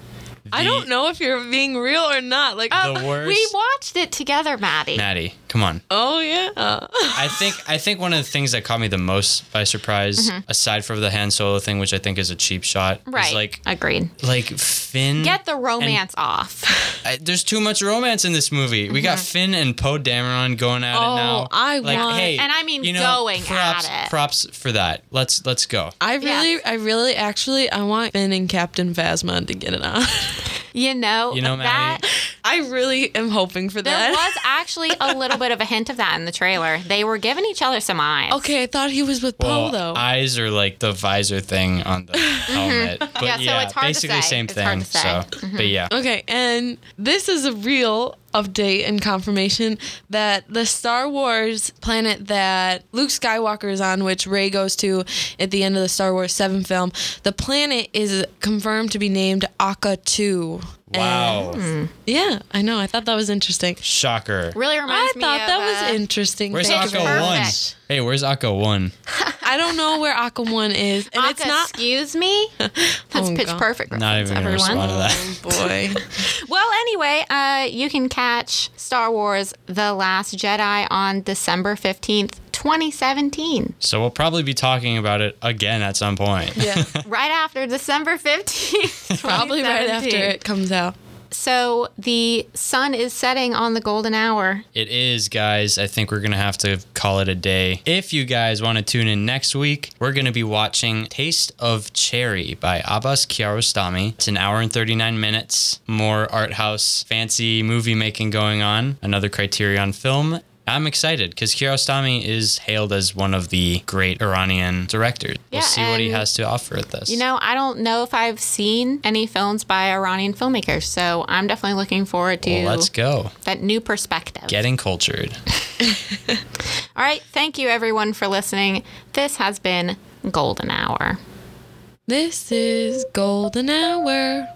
Speaker 1: I
Speaker 3: The-
Speaker 1: don't know if you're being real or not. Like, oh,
Speaker 3: The worst.
Speaker 2: We watched it together, Maddie.
Speaker 3: Maddie, come on.
Speaker 1: oh, yeah.
Speaker 3: I think I think one of the things that caught me the most by surprise, aside from the Han Solo thing, which I think is a cheap shot,
Speaker 2: Mm-hmm. right.
Speaker 3: is like mm,
Speaker 2: Agreed.
Speaker 3: like Finn.
Speaker 2: Get the romance off.
Speaker 3: I, there's too much romance in this movie. We got Finn and Poe Dameron going at
Speaker 1: Oh,
Speaker 3: it now.
Speaker 1: I
Speaker 3: like,
Speaker 1: want-
Speaker 3: hey,
Speaker 2: And Mm-hmm. I mean
Speaker 3: you know,
Speaker 2: going at
Speaker 3: props,
Speaker 2: it.
Speaker 3: Props for that. Let's let's go.
Speaker 1: I really,
Speaker 2: Yes.
Speaker 1: I really, actually, I want Finn and Captain Phasma to get it on.
Speaker 2: You know,
Speaker 3: You know,
Speaker 2: that
Speaker 3: Maddie,
Speaker 1: I really am hoping for
Speaker 2: There
Speaker 1: that.
Speaker 2: was actually a little bit of a hint of that in the trailer. They were giving each other some eyes.
Speaker 1: okay, I thought he was with Poe
Speaker 3: Well,
Speaker 1: though.
Speaker 3: eyes are like the visor thing on the helmet. But
Speaker 2: Mm-hmm. Yeah,
Speaker 3: yeah,
Speaker 2: so it's hard to
Speaker 3: basically
Speaker 2: say.
Speaker 3: same
Speaker 2: It's
Speaker 3: thing.
Speaker 2: hard to say. Mm-hmm.
Speaker 3: So, but yeah.
Speaker 1: okay, and this is a real update and confirmation that the Star Wars planet that Luke Skywalker is on, which Ray goes to at the end of the Star Wars Seven film, the planet is confirmed to be named Akka Two.
Speaker 3: Wow.
Speaker 2: Mm-hmm.
Speaker 1: Yeah, I know. I thought that was interesting.
Speaker 3: Shocker.
Speaker 2: Really
Speaker 1: I
Speaker 2: reminds me
Speaker 1: thought
Speaker 2: of,
Speaker 1: that
Speaker 2: uh,
Speaker 1: was interesting.
Speaker 3: Where's
Speaker 1: Thank
Speaker 2: It's
Speaker 1: you
Speaker 3: Akko
Speaker 1: very
Speaker 2: Akko
Speaker 3: One?
Speaker 1: much.
Speaker 2: perfect.
Speaker 3: Hey, where's Akko One?
Speaker 1: I don't know where Aqua One is, and it's
Speaker 2: Akka,
Speaker 1: not.
Speaker 2: Excuse me. That's
Speaker 1: Oh,
Speaker 2: pitch
Speaker 1: God.
Speaker 2: perfect.
Speaker 3: Not
Speaker 2: reference,
Speaker 3: even gonna
Speaker 2: everyone.
Speaker 3: respond to that.
Speaker 1: boy.
Speaker 2: Well, anyway, uh, you can catch Star Wars: The Last Jedi on December fifteenth, twenty seventeen.
Speaker 3: So we'll probably be talking about it again at some point.
Speaker 1: Yeah,
Speaker 2: Right after December fifteenth,
Speaker 1: probably right after it comes out.
Speaker 2: So the sun is setting on the golden hour.
Speaker 3: It is, guys. I think we're going to have to call it a day. If you guys want to tune in next week, we're going to be watching Taste of Cherry by Abbas Kiarostami. It's an hour and 39 minutes, more art house, fancy movie making going on, another Criterion film. I'm excited because Kiarostami is hailed as one of the great Iranian directors.
Speaker 2: Yeah,
Speaker 3: we'll see what he
Speaker 2: and-
Speaker 3: has to offer at this.
Speaker 2: You know, I don't know if I've seen any films by Iranian filmmakers, so I'm definitely looking forward to
Speaker 3: well, let's go.
Speaker 2: that new perspective.
Speaker 3: Getting cultured.
Speaker 2: All right, thank you everyone for listening. This has been Golden Hour.
Speaker 1: This is golden hour.